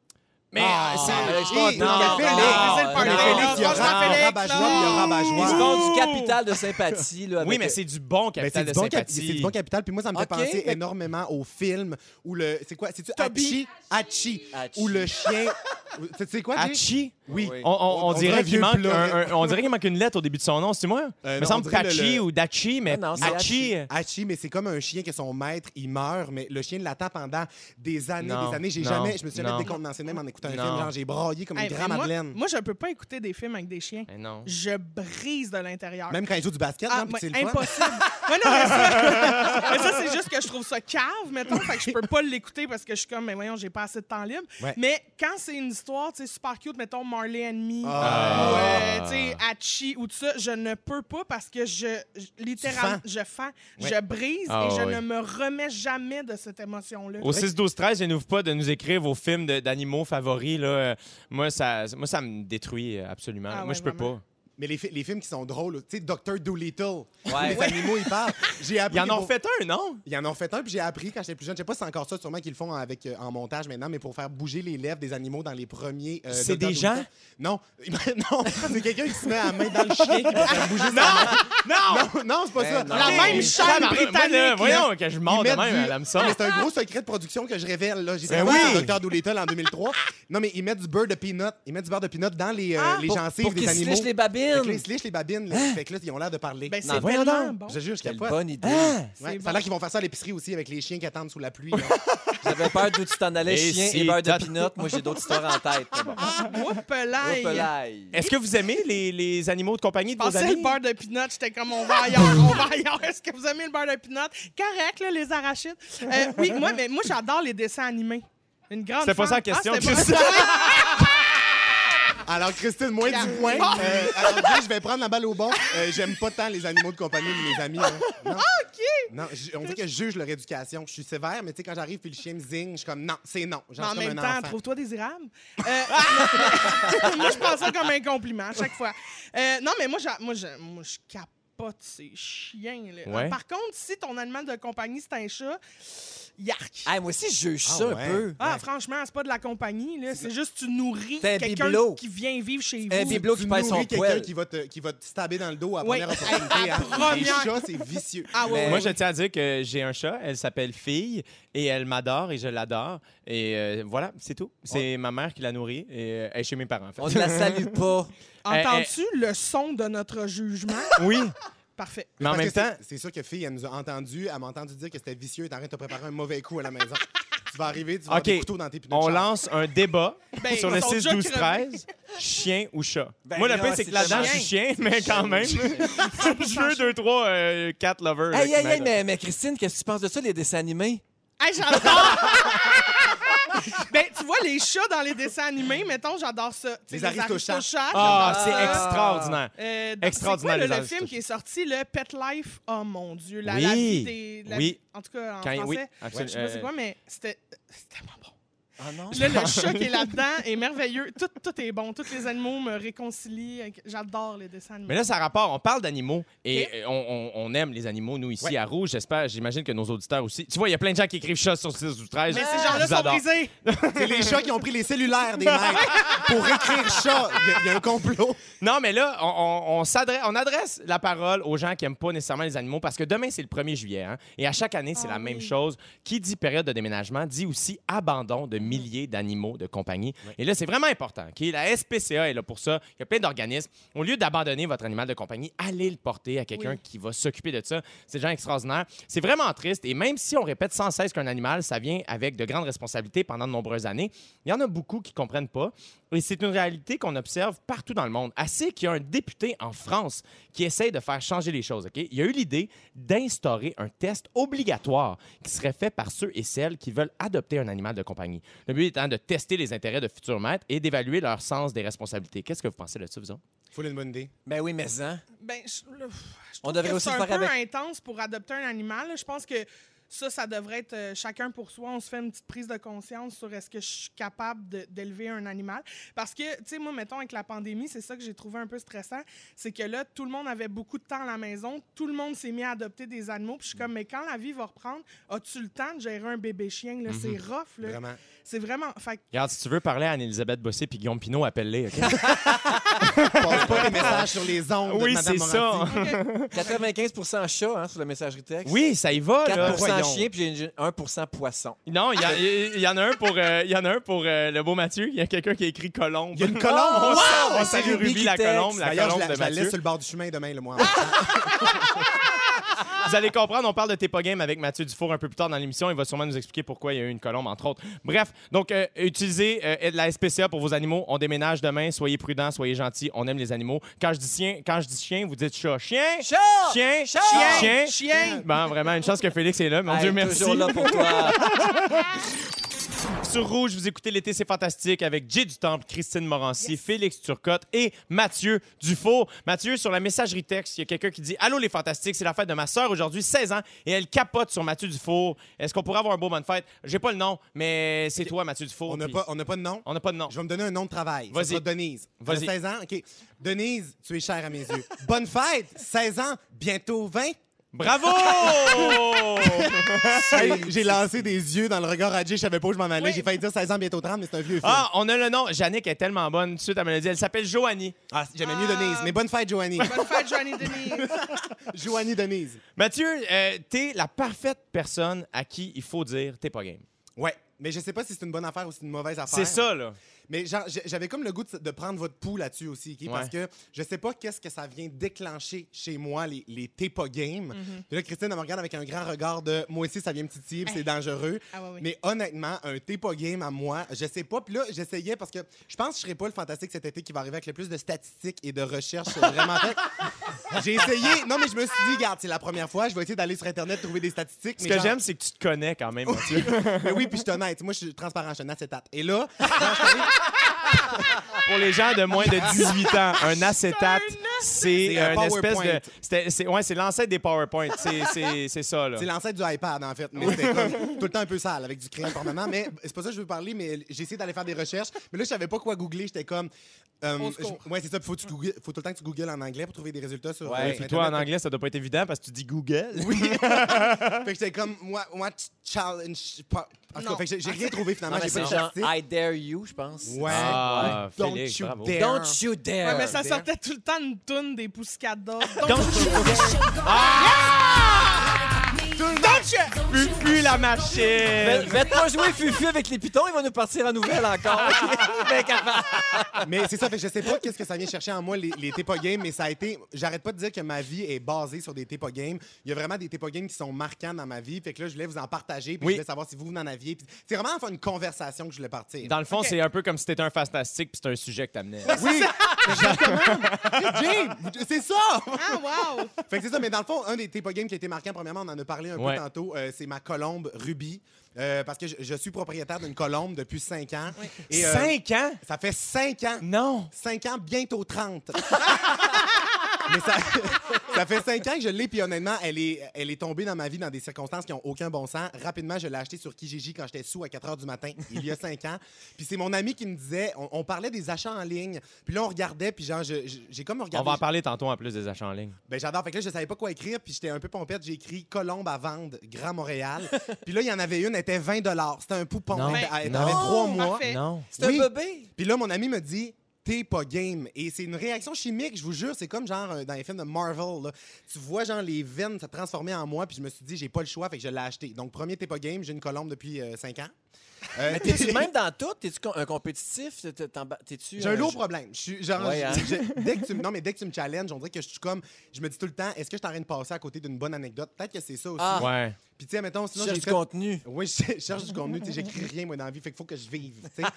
Mais
Ah,
euh, c'est-
ah,
mais
Hey,
je pense-
Félix,
non, non,
Félix,
non,
Mais
non,
Félix, il y a
non, non.
Franchement, Félix,
rabat-joie, il y a
non.
rabat-joie.
Ils se font
Ouh!
du capital de sympathie. Là,
Oui,
avec-
mais c'est du bon
Ben,
capital
c'est
de
du, bon cap-
sympathie.
c'est du bon capital. Puis moi, ça me fait
Ok,
penser
mais-
énormément au film où le. C'est quoi C'est-tu
Toby.
Hachi Hachi.
Hachi.
Où le chien. où- tu sais quoi, Jay?
Hachi?
Oui.
Oui.
On, on- on
On dirait
dirait qu'il
vieux
manque,
plat.
un- un- on dirait qu'il manque une lettre au début de son nom, c'est moi?
Euh,
Il me
non,
semble
on dirait le-
Pachi
le-
ou Dachi,
Ah
mais
Non, non, c'est
Hachi. euh,
Hachi, mais c'est comme un chien que son maître, il meurt, mais le chien l'attend pendant des années,
Non,
des années. J'ai
non,
jamais, je me suis
non.
jamais décontenancé de même en écoutant un
Non.
film. Genre, j'ai braillé comme une
Hey, mais
grande
moi-
madeleine.
Moi, je peux pas écouter des films avec des chiens.
Mais Ah non.
Je brise de l'intérieur.
Même quand il joue du basket,
Ah,
hein, puis
ouais,
c'est le fun.
impossible. Ouais, non, mais ça, mais ça, c'est juste que je trouve ça cave, mettons, fait que je peux pas l'écouter parce que je suis comme, mais voyons, j'ai pas assez de temps libre.
Ouais.
Mais quand c'est une histoire, tu sais, super cute, mettons Marley and Me,
Ah.
ou, euh, tu sais, Hachi, ou tout ça, je ne peux pas parce que je, je- littéralement,
fends.
je fends,
Ouais.
je brise
Ah,
et je
ouais.
ne me remets jamais de cette émotion-là.
Au 6-12-13, n'ouvre pas de nous écrire vos films de- d'animaux favoris. Là. Euh, Moi, ça, moi, ça me détruit euh, absolument.
Ah
moi,
ouais,
je peux
vraiment.
pas.
Mais les, fi- les films qui sont drôles, tu sais, Dr. Doolittle, où
Ouais.
les
Ouais.
animaux, ils parlent. J'ai appris.
Ils en ont
pour-
fait un, non?
Ils en ont fait un, puis j'ai appris quand j'étais plus jeune. Je sais pas si c'est encore ça, sûrement qu'ils le font avec, euh, en montage maintenant, mais pour faire bouger les lèvres des animaux dans les premiers. euh,
C'est
Dr.
des
Dolittle.
gens?
Non. non, c'est quelqu'un qui se met la main dans le chien qui va faire bouger sa main.
Non!
Non, non, c'est pas
Ben
ça.
non.
La
Ok,
même chaîne
tabarnak,
britannique,
moi, là,
là.
Voyons, que je mords
Ils
de
mettent
même à
du-
l'hameçon.
Non,
Ah.
mais c'est un gros secret de production que je révèle. là. J'ai
Ben
découvert
oui.
le Dr. Doolittle en 2003. Non, mais ils mettent du beurre de peanut. Ils mettent du beurre de peanut dans les, euh,
Ah,
les
Pour-
gencives
pour
des
qu'ils se
animaux.
lichent les
Fait que là,
babines.
ils se lichent les babines. là. Fait que là, ils ont l'air de parler.
Ben, c'est
Non,
voyons
tellement
donc.
bon.
Je jure, je
Quelle
capote.
bonne idée.
Ouais,
C'est
ça a
bon.
l'air qu'ils vont faire ça à l'épicerie aussi avec les chiens qui attendent sous la pluie. là.
J'avais peur d'où tu t'en allais,
Et
chien
si
et beurre de
t'as-
pinot. Moi, j'ai d'autres histoires en tête. mais Bon.
Ah, Oupelaï.
Hopelaï.
Est-ce que vous aimez les, les animaux de compagnie de vos
Pensez
amis?
le beurre de pinot, j'étais comme on va ailleurs, on va ailleurs. Est-ce que vous aimez le beurre de pinot? Correct, là, les arachides. Euh, oui, moi, mais moi j'adore les dessins animés. Une grande.
C'était pas
fan.
ça la question,
Ah, c'était pas-
Christine.
Alors, Christine, moins du point.
Ah.
Euh, alors, Jay, je vais prendre la balle au bon. Euh, J'aime pas tant les animaux de compagnie de mes amis. hein. Non.
Ah,
Non, je- on dirait que je juge leur éducation. Je suis sévère, mais tu sais, quand j'arrive puis le chien me zigne, je suis comme non, c'est non. Genre,
Mais en
je suis
même
comme
temps,
un enfant.
trouve-toi désirable. Euh, moi, je prends ça comme un compliment à chaque fois. Euh, non, mais moi, j'a- moi, je, moi, je capote capote, c'est chien. Là. Euh,
Ouais.
Par contre, si ton animal de compagnie, c'est un chat, yark.
Ah, moi aussi, je juge
Ah
ça
ouais.
un peu.
Ah, franchement, c'est pas de la compagnie, là. C'est juste tu nourris
C'est un
quelqu'un
bibelot.
qui vient vivre chez
Un
vous.
bibelot. Biblo Eh, qui perd
tu nourris
son
quelqu'un
poil.
qui va te qui va te stabber dans le dos à la
Oui,
première
à- à
opportunité. hein.
première.
Les chats, c'est vicieux.
Ah ouais.
Moi,
ouais.
je tiens à dire que j'ai un chat. Elle s'appelle Fille et elle m'adore et je l'adore. Et euh, voilà, c'est tout. C'est ma mère qui la nourrit et euh, elle est chez mes parents, en fait.
On ne la salue pas.
Eh,
Entends-tu le son de notre jugement?
Oui,
Parfait.
mais en
Parce
même
que c'est-
temps,
C'est sûr que Fille, elle nous a entendu. Elle m'a entendu dire que c'était vicieux. Elle est en train de te préparer un mauvais coup à la maison. tu vas arriver, tu vas
OK.
avoir des couteaux dans tes pneus. de
on
char.
lance un débat
Ben,
sur
ils
le
sont
6,
déjà
12,
crevés.
13. Chien ou chat?
Ben
Moi, la
là,
paix, c'est que
c'est
là-dedans, je
chien.
suis chien, mais quand même. je veux 2, 3, 4 lovers. là,
Hey,
qui
hey, hey,
m'aident.
mais, mais Christine, qu'est-ce que tu penses de ça, les dessins animés?
Hey, j'adore! ben, tu vois, les chats dans les dessins animés, mettons, j'adore ça. Tu sais,
Les Aristochats.
Aristochats,
Ah,
j'adore
c'est
ça.
extraordinaire.
Euh, donc,
Extraordinaire,
c'est quoi,
les
le, le film
Aristochats.
qui est sorti, le Pet Life. Oh mon Dieu, la,
Oui.
la vie des. la-
Oui.
En tout cas, en
Quand-
français.
oui, euh,
Je sais pas c'est
absolument.
quoi, mais c'était c'était tellement bon.
Ah non?
Là, le chat qui est là-dedans est merveilleux. Tout, tout est bon. Tous les animaux me réconcilient. avec- J'adore les dessins animés.
Mais là, ça a rapport. On parle d'animaux et
Ok.
euh, on, on- on aime les animaux, nous, ici,
Ouais.
à Rouge. J'espère, j'imagine que nos auditeurs aussi. Tu vois, il y a plein de gens qui écrivent chat sur 6 ou 13.
Mais
Je
ces
vous
gens-là sont
adore.
brisés.
C'est les chats qui ont pris les cellulaires des maîtres pour écrire chat. Il y a- il y, a un complot.
Non, mais là, on, on- on s'adresse, on adresse la parole aux gens qui n'aiment pas nécessairement les animaux parce que demain, c'est le 1er juillet. hein, et à chaque année, c'est
Ah
la
oui.
même chose. Qui dit période de déménagement dit aussi abandon
Mm.
de milliers d'animaux de compagnie. Et là, c'est vraiment important. OK? La SPCA est là pour ça. Il y a plein d'organismes. Au lieu d'abandonner votre animal de compagnie, allez le porter à quelqu'un
Oui.
qui va s'occuper de ça. C'est des gens extraordinaires. C'est vraiment triste. Et même si on répète sans cesse qu'un animal, ça vient avec de grandes responsabilités pendant de nombreuses années, il y en a beaucoup qui comprennent pas. Et c'est une réalité qu'on observe partout dans le monde. Assez qu'il y a un député en France qui essaye de faire changer les choses. OK? Il y a eu l'idée d'instaurer un test obligatoire qui serait fait par ceux et celles qui veulent adopter un animal de compagnie. Le but étant de tester les intérêts de futurs maîtres et d'évaluer leur sens des responsabilités. Qu'est-ce que vous pensez de ça, vous autres?
Faut une bonne idée.
Ben oui, mais hein.
Ben, je, là, pff, je
On
trouve
devrait
que
aussi
c'est
le
un
faire
peu
avec-
intense pour adopter un animal. là. Je pense que ça, ça devrait être euh, chacun pour soi. On se fait une petite prise de conscience sur est-ce que je suis capable de- d'élever un animal. Parce que, tu sais, moi, mettons, avec la pandémie, c'est ça que j'ai trouvé un peu stressant. C'est que là, tout le monde avait beaucoup de temps à la maison. Tout le monde s'est mis à adopter des animaux. Puis je suis comme, mais quand la vie va reprendre, as-tu le temps de gérer un bébé chien? là? C'est rough, là.
Vraiment.
C'est Mhm. vraiment... Fait que
Regarde, si tu veux parler à Anne-Elisabeth Bossé puis Guillaume Pinot, appelle-les. OK?
Passe pas les messages sur les ondes. de
oui,
Madame
c'est ça.
Morancy.
95 chats hein, sur la messagerie texte.
Oui, ça y va.
4
Là.
voyons.
chien, puis j'ai une- 1 poisson.
Non,
Ah.
il y, a- il y en a un pour, euh, il y en a un pour euh, le beau Mathieu. Il y a quelqu'un qui a écrit Colombe.
Il y a une colombe.
On,
on
sa-
sort.
on salue
c'est Ruby
Ruby, la
qui texte.
colombe, la
D'ailleurs, je
colombe
la,
de
je la laisse
Mathieu. Ah,
sur le bord du chemin demain, le mois.
Vous allez comprendre, on parle de T'es pas game avec Mathieu Dufour un peu plus tard dans l'émission. Il va sûrement nous expliquer pourquoi il y a eu une colombe, entre autres. Bref, donc, euh, utilisez euh, de la SPCA pour vos animaux. On déménage demain. Soyez prudents, soyez gentils. On aime les animaux. Quand je dis chien, quand je dis chien vous dites chat. Chien!
Chat!
Chien!
Chat!
Chien!
Chien!
Bon, vraiment, une chance que Félix est là. Mon
Hey,
Dieu, merci.
toujours là pour toi.
Sur Rouge, vous écoutez L'été, c'est fantastique avec Jay du Temple, Christine Morancy, Félix Turcotte et Mathieu Dufour. Mathieu, sur la messagerie texte, il y a quelqu'un qui dit Allô les fantastiques, c'est la fête de ma sœur aujourd'hui, 16 ans, et elle capote sur Mathieu Dufour. Est-ce qu'on pourrait avoir un beau bonne fête J'ai pas le nom, mais c'est toi, Mathieu Dufour.
On n'a
puis-
pas, on n'a pas de nom.
on n'a pas de nom.
Je vais me donner un nom de travail. Ça
Vas-y.
sera Denise.
Vas-y.
Elle a 16 ans. OK. Denise, tu es chère à mes yeux. Bonne fête. 16 ans, bientôt 20.
Bravo Ah,
Hey, j'ai lancé des yeux dans le regard à Jay. Je savais pas où je m'en allais.
Oui.
J'ai failli dire 16 ans, bientôt 30, mais c'est un vieux film.
Ah, on a le nom. Yannick est tellement bonne. Tout de suite, elle me l'a dit. Elle s'appelle Joanie.
Ah, j'aimais mieux
Ah.
Denise. Mais bonne fête, Joanie.
Bonne fête, Johnny Denis!
Joanie Denise.
Mathieu, euh, t'es la parfaite personne à qui il faut dire T'es pas game.
Ouais. Mais je sais pas si c'est une bonne affaire ou si c'est une mauvaise affaire.
C'est ça, là.
Mais genre, j'ai- j'avais comme le goût de, de prendre votre pouls là-dessus aussi, OK? parce que je sais pas qu'est-ce que ça vient déclencher chez moi, les, les t'es pas game.
Mm-hmm.
Puis Là, Christine, elle me regarde avec un grand regard de moi aussi, ça vient me titiller, puis c'est dangereux.
Ah ouais, oui.
Mais honnêtement, un t'es pas game à moi, je sais pas. Puis là, j'essayais parce que je pense que je serais pas le fantastique cet été qui va arriver avec le plus de statistiques et de recherches vraiment faites. J'ai essayé. Non, mais je me suis dit, regarde, c'est la première fois, je vais essayer d'aller sur Internet trouver des statistiques.
Ce
mais
que
genre-
j'aime, c'est que tu te connais quand même, Mathieu.
Mais oui, puis je suis honnête. Moi, je suis transparent, je suis un acétate. Et là,
Ah. Pour les gens de moins de 18 ans, un acétate, c'est
C'est un
une espèce de.
PowerPoint.
c'était- C'est ouais, c'est l'ancêtre des PowerPoint. C'est- C'est c'est ça, là.
C'est l'ancêtre du iPad, en fait. Mais c'était comme tout le temps un peu sale, avec du crayon par moment. Mais c'est pas ça que je veux parler, mais j'ai essayé d'aller faire des recherches. Mais là, je savais pas quoi googler. J'étais comme Euh,
Au
je-
secours.
ouais, c'est ça. Faut, que tu googles- faut tout le temps que tu googles en anglais pour trouver des résultats sur. euh,
Ouais,
sur
puis toi, en
Internet.
anglais, ça doit pas être évident parce que tu dis Google.
Oui. fait que j'étais comme, moi, moi, ch- challenge. pas- En tout cas,
Non.
fait que j'ai- j'ai rien trouvé
Non,
finalement.
mais
J'ai pas
c'est
de
genre ah,
statistique.
I dare you, je pense.
Ouais.
Ah,
Ouais.
Félix,
Don't
bravo.
you dare.
Don't you dare.
Ouais, mais ça
There.
sortait tout le temps une toune des Pussycat Dolls.
Don't
Donc,
you- Fufu la
Mais-
machine!
Faites-moi jouer Fufu avec les pitons, il va nous partir à nouvelle encore. Ben, capable.
Mais c'est ça, fait que je sais pas qu'est-ce que ça vient chercher en moi, les, les Tepa Games, mais ça a été. J'arrête pas de dire que ma vie est basée sur des Tepa Games. Il y a vraiment des Tepa Games qui sont marquants dans ma vie. Fait que là, je voulais vous en partager, puis
Oui.
je voulais savoir si vous, vous en aviez. Puis C'est vraiment enfin une conversation que je voulais partir.
Dans le fond,
Ok.
c'est un peu comme si t'étais un fantastique puis c'est un sujet que t'amenais.
Oui, exactement. Jim, c'est ça.
ah, wow!
Fait que c'est ça, mais dans le fond, un des Tepa Games qui a été marquant, premièrement, on en a parlé un
Ouais.
peu tantôt, euh, c'est ma colombe Ruby. Euh, parce que je, je suis propriétaire d'une colombe depuis 5 ans. Et, euh,
Cinq ans?
Ça fait 5 ans.
Non!
5 ans, bientôt 30. Mais ça, ça fait 5 ans que je l'ai, puis honnêtement, elle est, elle est tombée dans ma vie dans des circonstances qui n'ont aucun bon sens. Rapidement, je l'ai achetée sur Kijiji quand j'étais sous à 4 h du matin, il y a 5 ans. Puis c'est mon ami qui me disait, on, on parlait des achats en ligne. Puis là, on regardait, puis genre, je- je- j'ai comme regardé.
On va en parler tantôt en plus des achats en ligne.
Ben, j'adore. Fait que là, je savais pas quoi écrire, puis j'étais un peu pompette. J'ai écrit Colombe à vendre, Grand Montréal. puis là, il y en avait une, elle était 20 C'était un poupon.
Non.
Elle, elle
Non.
avait 3 mois.
Parfait.
Non.
C'est
Oui.
un bébé.
Puis là, mon ami me dit. T'es pas game. Et c'est une réaction chimique, je vous jure. C'est comme genre euh, dans les films de Marvel. là. Tu vois, genre, les veines se transformer en moi, puis je me suis dit, j'ai pas le choix, fait que je l'ai acheté. Donc, premier, t'es pas game. J'ai une colombe depuis 5 ans. Euh,
Mais t'es-tu même dans tout? T'es-tu com- un compétitif? T'es- t'es- t'en ba- T'es-tu.
J'ai un
euh,
lourd
je-
problème. Je suis genre.
Ouais, hein?
je- je- dès que tu, me- non, mais dès que tu me challenges, on dirait que je suis comme. Je me dis tout le temps, est-ce que je suis en train de passer à côté d'une bonne anecdote? Peut-être que c'est ça aussi.
Ah.
Ouais.
Puis, tu sais, mettons,
Tu
sinon,
cherches
j'ai
du
fait-
contenu.
Oui, je cherche du contenu, tu sais, j'écris rien, moi, dans la vie, fait qu'il faut que je vive, tu sais.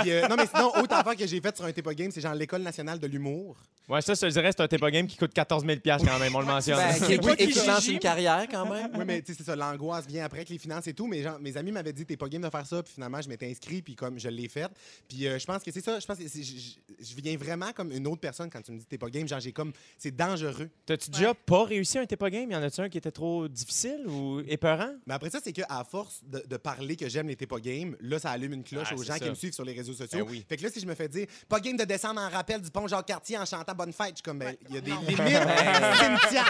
Puis, euh, non, mais sinon, autre affaire que j'ai faite sur un Tepa Game, c'est genre l'École nationale de l'humour.
Ouais, ça, je dirais, c'est un Tepa Game qui coûte 14 000 quand même, on le mentionne.
Ben, qui
Oui,
qui- qui
Kijiji.
lance une carrière quand même.
Oui, mais tu sais, c'est ça, l'angoisse vient après que les finances et tout. Mais genre, mes amis m'avaient dit, t'es pas game de faire ça. Puis finalement, je m'étais inscrit, puis comme je l'ai fait. Puis euh, je pense que c'est ça. Je pense que c'est- je je- je viens vraiment comme une autre personne quand tu me dis, t'es pas game. Genre, j'ai comme, c'est dangereux.
T'as-tu déjà pas réussi un Tepa Game? Y en a-tu un qui était trop difficile ou épeurant?
Mais après ça, c'est qu'à force de, de parler que j'aime les t'es pas game, là, ça allume une cloche
Ah,
aux
c'est
gens qui
ça.
me suivent sur les réseaux sociaux.
Ben oui.
Fait que là, si je me fais dire, pas game de descendre en rappel du pont Jacques-Cartier en chantant Bonne fête, je suis comme, ben, il y a des limites.
Ben,
Cynthia.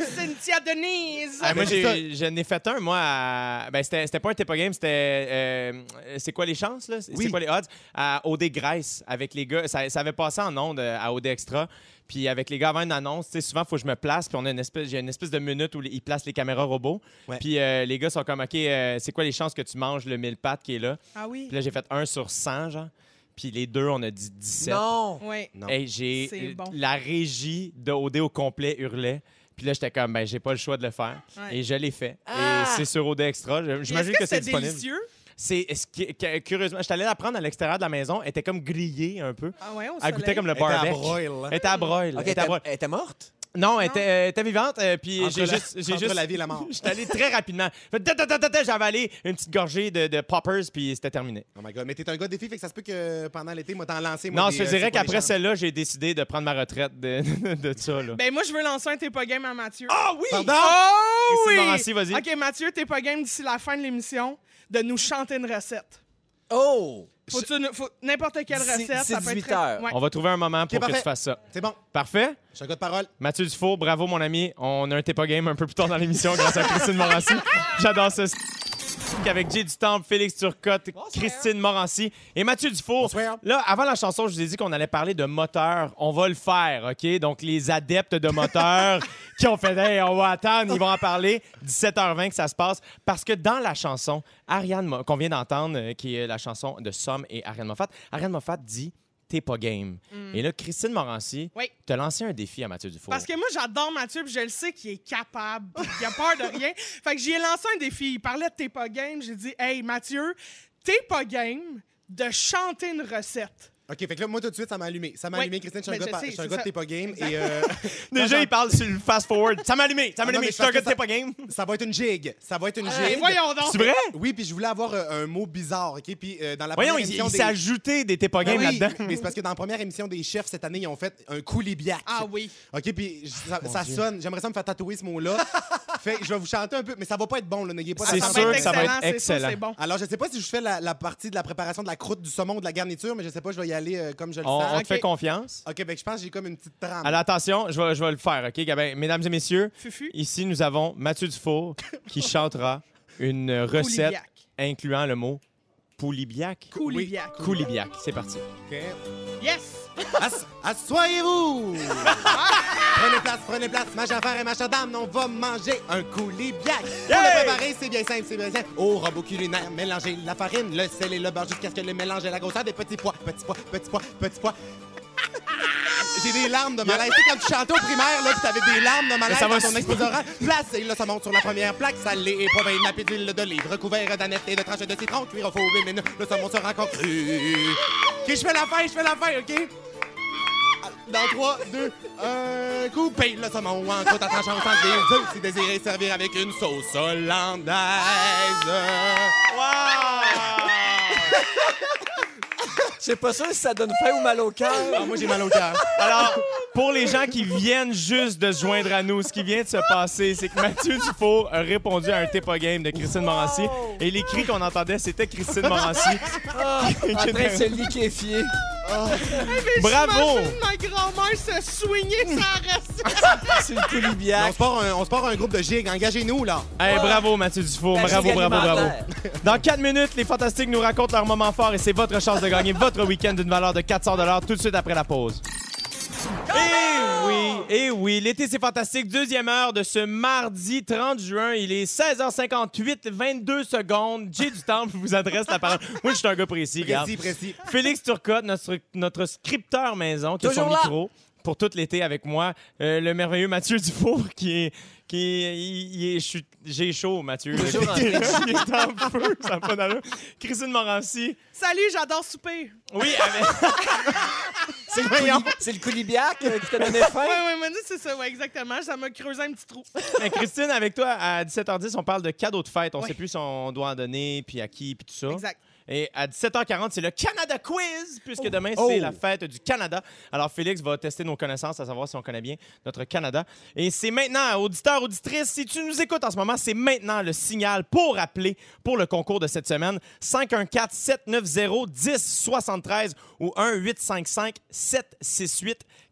Cynthia Denise!
Ah, moi,
ben, c'est ça.
j'ai, j'en ai fait un, moi. à- Ben, c'était, c'était pas un Tepa Game, c'était. euh, c'est quoi les chances, là? C'est,
Oui.
c'est quoi les odds? À OD Grèce, avec les gars. Ça, ça avait passé en ondes euh, à OD Extra. Puis avec les gars avant une annonce, tu sais, souvent, il faut que je me place. Puis on a une espèce, j'ai une espèce de minute où les- ils placent les caméras robots.
Ouais.
Puis euh, les gars sont comme, OK, euh, c'est quoi les chances que tu manges le mille pattes qui est là?
Ah oui?
Puis là, j'ai fait 1 sur 100, genre. Puis les deux, on a dit 17.
Non.
Oui.
Non.
Hey, j'ai
C'est
euh,
bon.
la régie de OD au complet hurlait. Puis là, j'étais comme, ben, j'ai pas le choix de le faire.
Ouais.
Et je l'ai fait.
Ah!
Et c'est sur OD Extra. Je- J'imagine
Est-ce
que, c'est
c'était
disponible.
délicieux?
C'est ce qui- que- curieusement, je suis allé la prendre à l'extérieur de la maison. Elle était comme grillée un peu.
Ah ouais, on
Elle goûtait comme le
Elle était à
barbecue.
broil.
Elle était à broil.
Ok,
Elle était à
t'es-
broil.
elle était morte?
Non, elle était, euh, elle était vivante. euh, puis
Entre
j'ai
la-
juste. J'ai
entre
juste
la vie et la mort.
J'étais allé très rapidement. Fait ta, ta, ta, ta, ta, J'ai avalé une petite gorgée de, de poppers, puis c'était terminé.
Oh my god, mais t'es un gars de filles, fait que ça se peut que pendant l'été, moi, t'en lancer. moi,
Non,
des,
je te
euh,
dirais
c'est quoi les
qu'après
chances?
celle-là, j'ai décidé de prendre ma retraite de, de ça. Là.
Ben moi, je veux lancer un T'es pas game à Mathieu.
Ah oui!
Pardon?
Oh
Christine
oui!
Morancy, vas-y.
OK, Mathieu, T'es pas game d'ici la fin de l'émission de nous chanter une recette.
Oh!
Faut-tu une- faut- n'importe quelle
D'ici-
recette, ça
d'ici
peut être
18 heures.
Ouais.
On va trouver un moment pour que
parfait.
tu fasses ça.
C'est bon,
Parfait?
je suis un gars de parole.
Mathieu Dufour, bravo mon ami. On a un Tepa Game un peu plus tard dans l'émission grâce à Christine Morancy. J'adore ce stick avec Jay Dutemps, Félix Turcotte, Christine Morancy et Mathieu Dufour.
Bonsoir.
Là, avant la chanson, je vous ai dit qu'on allait parler de moteur. On va le faire, OK? Donc, les adeptes de moteur qui ont fait Hey, on va attendre, ils vont en parler. 17h20 que ça se passe. Parce que dans la chanson, Ariane, Mo- qu'on vient d'entendre, euh, qui est la chanson de Somme et Ariane Moffat, Ariane Moffat dit T'es pas game. Et là, Christine Morancy
Oui.
t'a lancé un défi à Mathieu Dufour.
Parce que moi, j'adore Mathieu, puis je le sais qu'il est capable, puis qu'il a peur de rien. Fait que j'y ai lancé un défi. Il parlait de T'es pas game. J'ai dit, hey, Mathieu, T'es pas game de chanter une recette.
OK, fait que là, moi, tout de suite, ça m'a allumé. Ça m'a
Oui.
allumé, Christine, je suis un
Ben,
gars de
Mais je
par-
sais,
je suis un
c'est
gars de
ça.
t'es pas game. Et euh,
Déjà, il parle sur le fast-forward. Ça m'a allumé, ça m'a
Ah non,
allumé.
mais
Je suis un
parce
gars de T'es
que ça-
pas game.
ça va être une gigue. Ça va être une
Euh,
Mais
gigue.
voyons donc.
C'est vrai?
Oui, puis je voulais avoir euh, un mot bizarre, OK? Puis euh, dans la
Voyons,
première
il,
émission
il
des-
s'est ajouté des T'es pas
Ben
game
oui,
là-dedans.
Mais c'est parce que dans la première émission des chefs cette année, ils ont fait un coulibiac.
Ah oui.
OK, puis je- ça, ça sonne. J'aimerais ça me faire tatouer ce mot-là. Fait que je vais vous chanter un peu, mais ça va pas être bon, là. N'ayez pas
C'est
Ça
d'attente.
va
sûr
être
que ça va être
c'est sûr,
excellent.
C'est bon.
Alors, je sais pas si je fais la, la partie de la préparation de la croûte, du saumon, de la garniture, mais je sais pas, je vais y aller euh, comme je le
On,
sens.
on te fait
Ok.
confiance.
OK, ben, je pense que j'ai comme une petite trame.
Alors attention, je vais, je vais le faire, OK? Gabin? Mesdames et messieurs,
Fufu,
ici nous avons Mathieu Dufour qui chantera une recette
Coulibiac.
incluant le mot poulibiac.
Cou- oui.
Coulibiac.
Coulibiac, c'est parti.
OK.
Yes!
Ass- Assoyez-vous! prenez place, prenez place, ma chère frère et ma chère dame, on va manger un coulibiac. Pour le préparer, c'est bien simple, c'est bien simple. Au robot culinaire, mélangez la farine, le sel et le beurre jusqu'à ce que le mélange et la grosseur des petits pois, petits pois, petits pois, petits pois. J'ai des larmes de malaise. Tu sais, quand tu chantais au primaire, là, puis t'avais des larmes de malaise
ça va
dans ton
si-
exposé oral. Placez le saumon sur la première plaque, salé et proveille la pile d'huile d'olive, recouvert d'aneth et de tranches de citron, cuire au four, mais le saumon sera encore cru. OK, je fais la fin, je fais la fin, OK? Dans 3, 2, 1, coupez le saumon en croûte à tranchant au centre des œufs si désirez servir avec une sauce hollandaise.
C'est pas sûr si ça donne faim ou mal au
Ah,
cœur.
moi, j'ai mal au cœur.
Alors, pour les gens qui viennent juste de se joindre à nous, ce qui vient de se passer, c'est que Mathieu Dufour a répondu à un Tepa Game de Christine Morancy. Et les cris qu'on entendait, c'était Christine Morancy.
Ah, en train de se liquéfier.
Bravo!
J'imagine ma grand-mère se soigner sa recette.
C'est le
On
coulibiac.
se part un, on se part un groupe de gigs, engagez-nous, là.
Hey, bravo, Mathieu Dufour.
Merci,
Bravo, bravo, bravo.
alimentaire.
Dans 4 minutes, les Fantastiques nous racontent leur moment fort et c'est votre chance de gagner votre week-end d'une valeur de 400 tout de suite après la pause. Eh oui, eh oui, l'été c'est fantastique. Deuxième heure de ce mardi 30 juin. Il est 16h58, 22 secondes. J'ai du temps, je vous adresse la parole. Moi, je suis un gars précis, regarde.
Précis, précis.
Félix Turcotte, notre, notre scripteur maison, qui a
Toujours
son
là.
micro pour tout l'été avec moi. Euh, le merveilleux Mathieu Dufour, qui est. Qui est- il- il est- je suis- J'ai chaud, Mathieu.
Toujours en
il est en feu, ça n'a pas d'allure. Christine Morancy.
Salut, j'adore souper.
Oui, avec.
C'est le couli- C'est le coulibiac euh, qui t'a donné
Oui,
faim.
oui, Manu, c'est ça, ouais, exactement. Ça m'a creusé un petit trou.
Mais Christine, avec toi, à 17h10, on parle de cadeaux de fête. On ne
Oui.
sait plus si on doit en donner, puis à qui, puis tout ça.
Exact.
Et à 17h40, c'est le Canada Quiz, puisque demain, c'est
Oh.
la fête du Canada. Alors, Félix va tester nos connaissances, à savoir si on connaît bien notre Canada. Et c'est maintenant, auditeur, auditrice, si tu nous écoutes en ce moment, c'est maintenant le signal pour appeler pour le concours de cette semaine. 514-790-1073 ou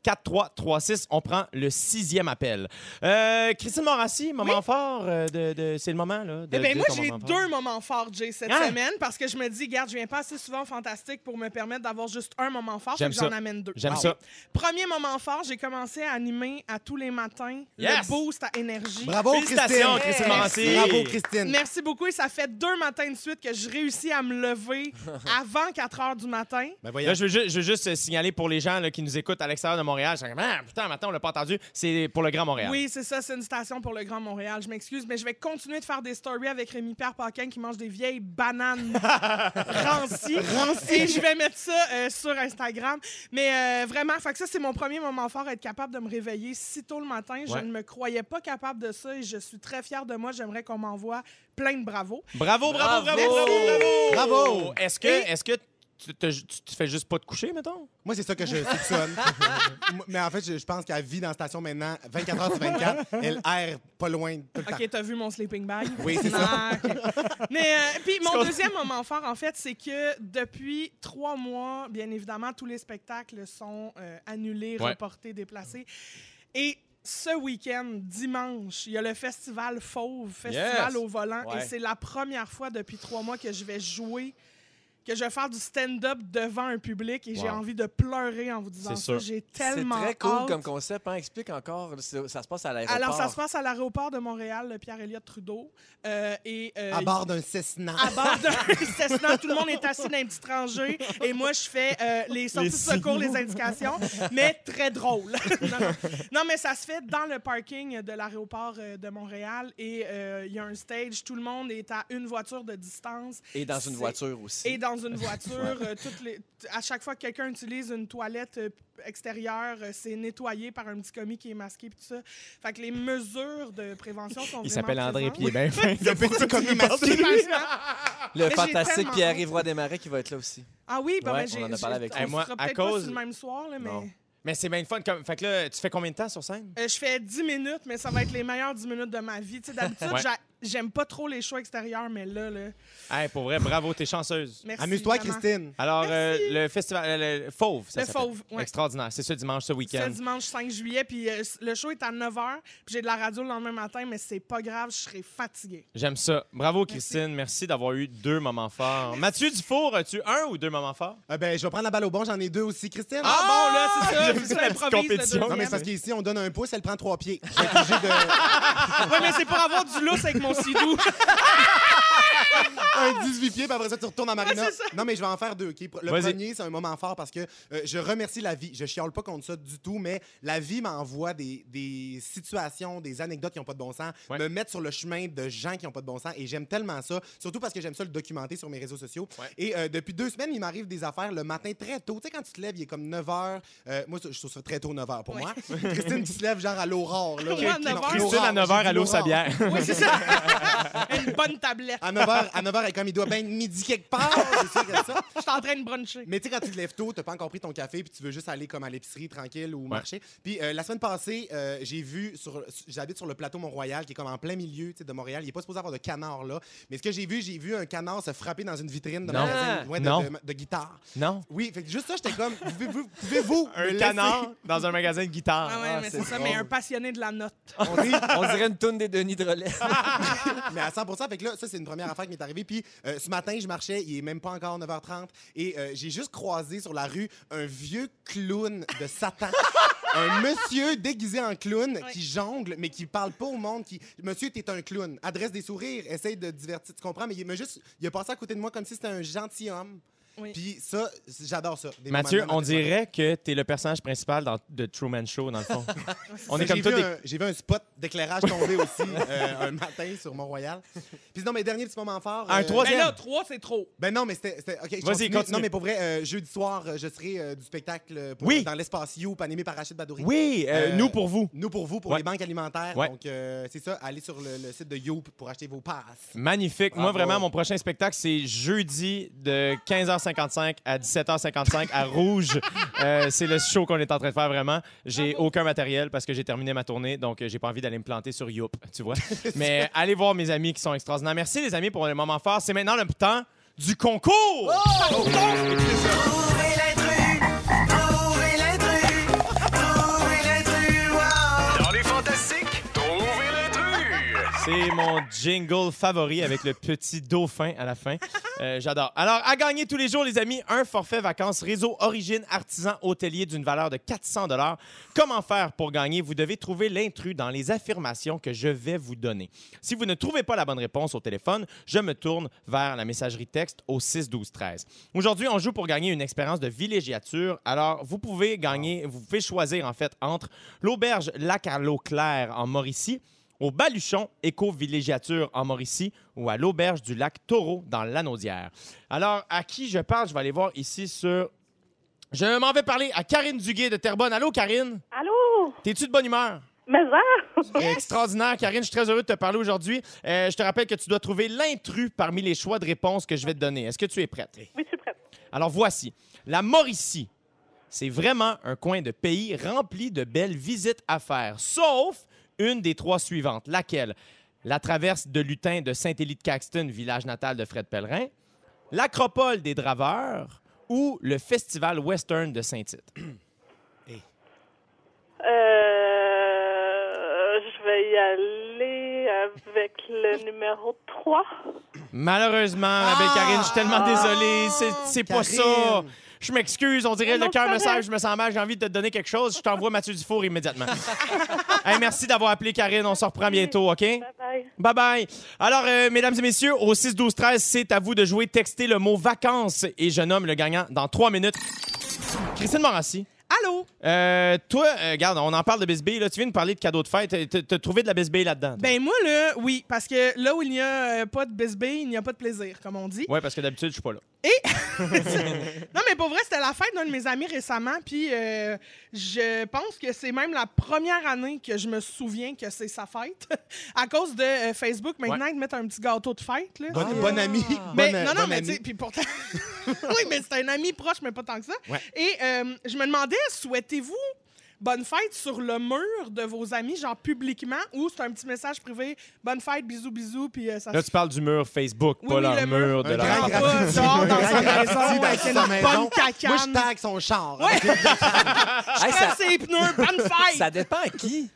1-855-768-4336. On prend le sixième appel. Euh, Christine Morassi, moment fort euh, de, de- c'est le moment, là. de
Eh bien,
dire
moi,
ton
j'ai
moment fort.
deux moments forts, Jay, cette
Hein?
semaine, parce que je me dis, garde, je viens pas assez souvent au Fantastique pour me permettre d'avoir juste un moment fort,
J'aime
fait que j'en
ça.
amène deux.
J'aime
Ah.
ça.
Premier moment fort, j'ai commencé à animer à tous les matins
Yes!
le boost à énergie.
Bravo,
Félicitations, Christine
Merci.
Morancy.
Bravo, Christine.
Merci beaucoup. Et ça fait deux matins de suite que je réussis à me lever avant 4 heures du matin.
Ben,
Là,
voyons.
je veux, ju- je veux juste euh, signaler pour les gens là, qui nous écoutent à l'extérieur de Montréal. Ils sont comme, Ah, putain, maintenant, on l'a pas entendu. C'est pour le Grand Montréal.
Oui, c'est ça, c'est une station pour le Grand Montréal. Je m'excuse, mais je vais continuer de faire des stories avec Rémi Pierre Paquin qui mange des vieilles bananes rancies. Et je vais mettre ça euh, sur Instagram. Mais euh, vraiment, fait que ça, c'est mon premier moment fort, être capable de me réveiller si tôt le matin. Je
Ouais.
ne me croyais pas capable de ça et je suis très fière de moi. J'aimerais qu'on m'envoie plein de bravo.
Bravo, bravo, bravo,
Bravo.
bravo, bravo.
Bravo.
Est-ce que,
Et-
est-ce que tu te, tu te fais juste pas te coucher, mettons?
Moi, c'est ça que je soupçonne. Moi- mais en fait, je, je pense qu'elle vit dans la station maintenant 24 heures sur 24. Elle erre pas loin tout le temps.
OK, t'as vu mon sleeping bag?
Oui, c'est
Non, ok. Mais euh, puis mon deuxième moment fort, en fait, c'est que depuis trois mois, bien évidemment, tous les spectacles sont euh, annulés,
Ouais.
reportés, déplacés. Et ce week-end, dimanche, il y a le festival Fauve, festival
Yes.
au volant,
Ouais.
et c'est la première fois depuis trois mois que je vais jouer. Que je vais faire du stand-up devant un public et j'ai
Wow.
envie de pleurer en vous
C'est
disant ça.
sûr.
J'ai
C'est
tellement
très cool
hâte.
comme concept. hein. Explique encore. c'est- Ça se passe à l'aéroport.
Alors, ça se passe à l'aéroport de Montréal, le Pierre-Éliott Trudeau. euh, et, euh,
À bord d'un Cessna.
à bord d'un Cessna, tout le monde est assis dans un petit rangé et moi, je fais euh, les sorties
Les
de secours, les indications, mais très drôle. non, non. Non, mais ça se fait dans le parking de l'aéroport euh, de Montréal et euh, il y a un stage, tout le monde est à une voiture de distance
Et dans une
C'est-
voiture aussi.
et dans une voiture, euh, toutes les- t- à chaque fois que quelqu'un utilise une toilette euh, extérieure, euh, c'est nettoyé par un petit commis qui est masqué puis tout ça. Fait que les mesures de prévention sont
Il
vraiment
s'appelle André,
présentes.
puis il est bien fin.
Le petit commis masqué.
Le
j'ai
fantastique
tellement
Pierre-Yves Roy Desmarais qui va être là aussi.
Ah oui, ben,
Ouais,
ben, j'ai
on en a parlé avec
j'ai-
toi.
on
Hey, moi,
sera
à
peut-être
cause-
pas sur le même soir là, mais
Non.
Mais c'est bien le fun. Comme... Fait que là, tu fais combien de temps sur scène?
Euh, je fais 10 minutes, mais ça va être les meilleures 10 minutes de ma vie. Tu sais, d'habitude,
Ouais.
j'a- j'aime pas trop les shows extérieurs, mais là, là
Hey, pour vrai, bravo, t'es chanceuse.
merci.
Amuse-toi,
vraiment.
Christine.
Alors, euh, le festival, euh, le Fauve, ça
Le
s'appelle.
Fauve, ouais.
Extraordinaire. C'est ce dimanche, ce
C'est
week-end.
le dimanche 5 juillet, puis euh, le show est à 9 h, puis j'ai de la radio le lendemain matin, mais c'est pas grave, je serai fatiguée.
J'aime ça. Bravo, Christine. Merci, d'avoir eu deux moments forts. Mathieu Dufour, as-tu un ou deux moments forts?
Euh, ben, je vais prendre la balle au bon, j'en ai deux aussi. Christine?
Ah, bon, là,
J'aime ça,
la petite
improvise,
compétition.
le
Non, mais
deuxième.
c'est parce qu'ici, on donne un pouce, elle prend trois pieds. Je vais être obligé de.
Ah, Ouais, mais c'est pour avoir du lousse avec mon sidou.
Un 18 pieds, puis après ça, tu retournes à Marina.
Ouais, c'est ça.
non, mais je vais en faire deux, OK? Le
Vas-y.
premier, c'est un moment fort parce que euh, je remercie la vie. Je chiale pas contre ça du tout, mais la vie m'envoie des, des situations, des anecdotes qui n'ont pas de bon sens,
Ouais.
me mettre sur le chemin de gens qui n'ont pas de bon sens, et j'aime tellement ça, surtout parce que j'aime ça le documenter sur mes réseaux sociaux.
Ouais.
Et euh, depuis deux semaines, il m'arrive des affaires le matin très tôt. Tu sais, quand tu te lèves, il est comme 9 h. moi, je trouve ça très tôt 9 h pour
Ouais.
moi. Christine qui se lève genre à l'aurore. là.
Ok, Moi, à
Non,
9 heures.
Christine, à 9 h,
j'ai
à
dit
l'eau sa
l'aurore.
bière.
Oui, c'est ça. Une bonne tablette.
À 9h, à 9 heures, elle est comme il doit bien être midi quelque part. c'est ça, comme ça.
Je suis en train de bruncher.
Mais tu sais, quand tu te lèves tôt, t'as pas encore pris ton café, puis tu veux juste aller comme à l'épicerie tranquille ou
Ouais.
marcher. Puis euh, la semaine passée, euh, j'ai vu sur, j'habite sur le plateau Mont-Royal, qui est comme en plein milieu tu sais, de Montréal. Il est pas supposé avoir de canard là, mais ce que j'ai vu, j'ai vu un canard se frapper dans une vitrine de
Non.
magasin ouais, de,
Non.
de- de guitare.
Non.
Oui, fait que juste ça, j'étais comme, pouvez-vous, pouvez-vous me
Un
laisser-
canard dans un magasin de guitare.
Ah ouais,
Ah,
mais
c'est
c'est Ah, ça,
drôle.
mais un passionné de la note.
On dit-
On dirait une toune des Denis de relais.
mais à 100 fait que là, ça, c'est une première affaire qui m'est arrivée. Puis euh, ce matin, je marchais, il est même pas encore 9h30, et euh, j'ai juste croisé sur la rue un vieux clown de Satan. Un monsieur déguisé en clown qui jongle, mais qui parle pas au monde. Qui... Monsieur, t'es un clown. Adresse des sourires, essaye de divertir. Tu comprends? Mais il m'a juste. Il a passé à côté de moi comme si c'était un gentilhomme.
Oui.
Puis ça, c'est- j'adore ça. Des
Mathieu,
moments
on
de même.
dirait que t'es le personnage principal dans, de Truman Show, dans le fond. on est
Ça,
comme
j'ai
toi
vu, euh,
des
un- j'ai vu un spot d'éclairage tomber aussi euh, un matin sur Mont-Royal. Puis non, mes derniers petits moments forts.
Un troisième.
Mais Ben là, trois, c'est trop.
Ben non, mais c'était. c'était- ok, je
Vas-y,
continue.
continue.
Non, mais pour vrai, euh, jeudi soir, euh, je serai euh, du spectacle euh, pour-
Oui.
dans l'espace You, animé par Rachid Badouri.
Oui, euh,
Euh,
nous pour vous.
Nous pour vous, pour
Ouais.
les banques alimentaires.
Ouais.
Donc, euh, c'est ça, allez sur le, le site de Youp pour acheter vos passes.
Magnifique. Moi,
Bravo.
vraiment, mon prochain spectacle, c'est jeudi de 15h55 à 17h55 à Rouge. Euh, c'est le show qu'on est en train de faire, vraiment. J'ai
Bravo.
aucun matériel parce que j'ai terminé ma tournée, donc euh, j'ai pas envie d'aller me planter sur Youp, tu vois. Mais allez voir mes amis qui sont extraordinaires. Merci, les amis, pour le moment fort. C'est maintenant le temps du concours!
Trouvez l'intrus, trouvez l'intrus, trouvez l'intrus, wow. Dans les fantastiques, trouvez l'intrus.
C'est mon jingle favori avec le petit dauphin à la fin. Euh, J'adore. Alors, à gagner tous les jours, les amis, un forfait vacances réseau origine artisan hôtelier d'une valeur de 400 dollars. Comment faire pour gagner Vous devez trouver l'intrus dans les affirmations que je vais vous donner. Si vous ne trouvez pas la bonne réponse au téléphone, je me tourne vers la messagerie texte au 6 12 13. Aujourd'hui, on joue pour gagner une expérience de villégiature. Alors, vous pouvez gagner, vous pouvez choisir en fait entre l'auberge Lac à l'eau claire en Mauricie au Baluchon Éco-Villégiature en Mauricie ou à l'auberge du lac Taureau dans l'Anaudière. Alors, à qui je parle, je vais aller voir ici sur... Je m'en vais parler à Karine Duguay de Terrebonne. Allô, Karine?
Allô?
T'es-tu de bonne humeur?
Mais ça?
Extraordinaire, Karine. Je suis très heureux de te parler aujourd'hui. Euh, je te rappelle que tu dois trouver l'intrus parmi les choix de réponses que je vais te donner. Est-ce que tu es prête?
Oui, je suis prête.
Alors voici, la Mauricie, c'est vraiment un coin de pays rempli de belles visites à faire, sauf une des trois suivantes. Laquelle? La traverse de Lutin de Saint-Élie-de-Caxton, village natal de Fred Pellerin, l'acropole des Draveurs ou le festival western de Saint-Tite.
Euh, je vais y aller avec le numéro 3.
Malheureusement, ma belle Karine, je suis tellement
Ah!
désolé, c'est- c'est pas ça.
Karine.
Je m'excuse, on dirait
Mais
le
non,
cœur
c'est
me
pas
serre,
vrai.
je me sens mal, j'ai envie de te donner quelque chose, je t'envoie Mathieu Dufour immédiatement. Hey, merci d'avoir appelé Karine, on se reprend bientôt, OK?
Bye-bye.
Bye bye. Alors, euh, mesdames et messieurs, au 6 12 13, c'est à vous de jouer. Textez le mot vacances et je nomme le gagnant dans trois minutes. Christine Morassi,
Allô?
euh, toi, euh, regarde, on en parle de bisbille. Là, tu viens de parler de cadeaux de fête. T'as- T'as trouvé de la bisbille là-dedans?
Ben moi, là, oui, parce que là où il n'y a euh, pas de bisbille, il n'y a pas de plaisir, comme on dit.
Oui, parce que d'habitude, je suis pas là.
Non, mais pour vrai, c'était la fête d'un de mes amis récemment, puis euh, je pense que c'est même la première année que je me souviens que c'est sa fête. à cause de euh, Facebook, maintenant, ils te mettent un petit gâteau de fête, là. Ah.
Bonne, bonne amie.
Mais,
bonne-
non, non,
bonne
mais
amie.
tu sais, puis pourtant... oui, mais c'est un ami proche, mais pas tant que ça.
Ouais.
Et euh, je me demandais, souhaitez-vous bonne fête sur le mur de vos amis, genre publiquement, ou c'est un petit message privé, bonne fête, bisous, bisous, puis euh, ça
Là, tu parles du mur Facebook,
Oui,
pas
oui,
leur
le
mur,
mur.
de
Un
leur
grand
Pas
enfant.
graffiti.
genre dans sa
Un grand graffiti
maison
dans
avec
sa
une
maison.
bonne cacane.
Moi, je tag son char.
Ouais.
Hey,
Fais
ça,
ses pneus, Ah, bonne fête!
ça dépend à qui.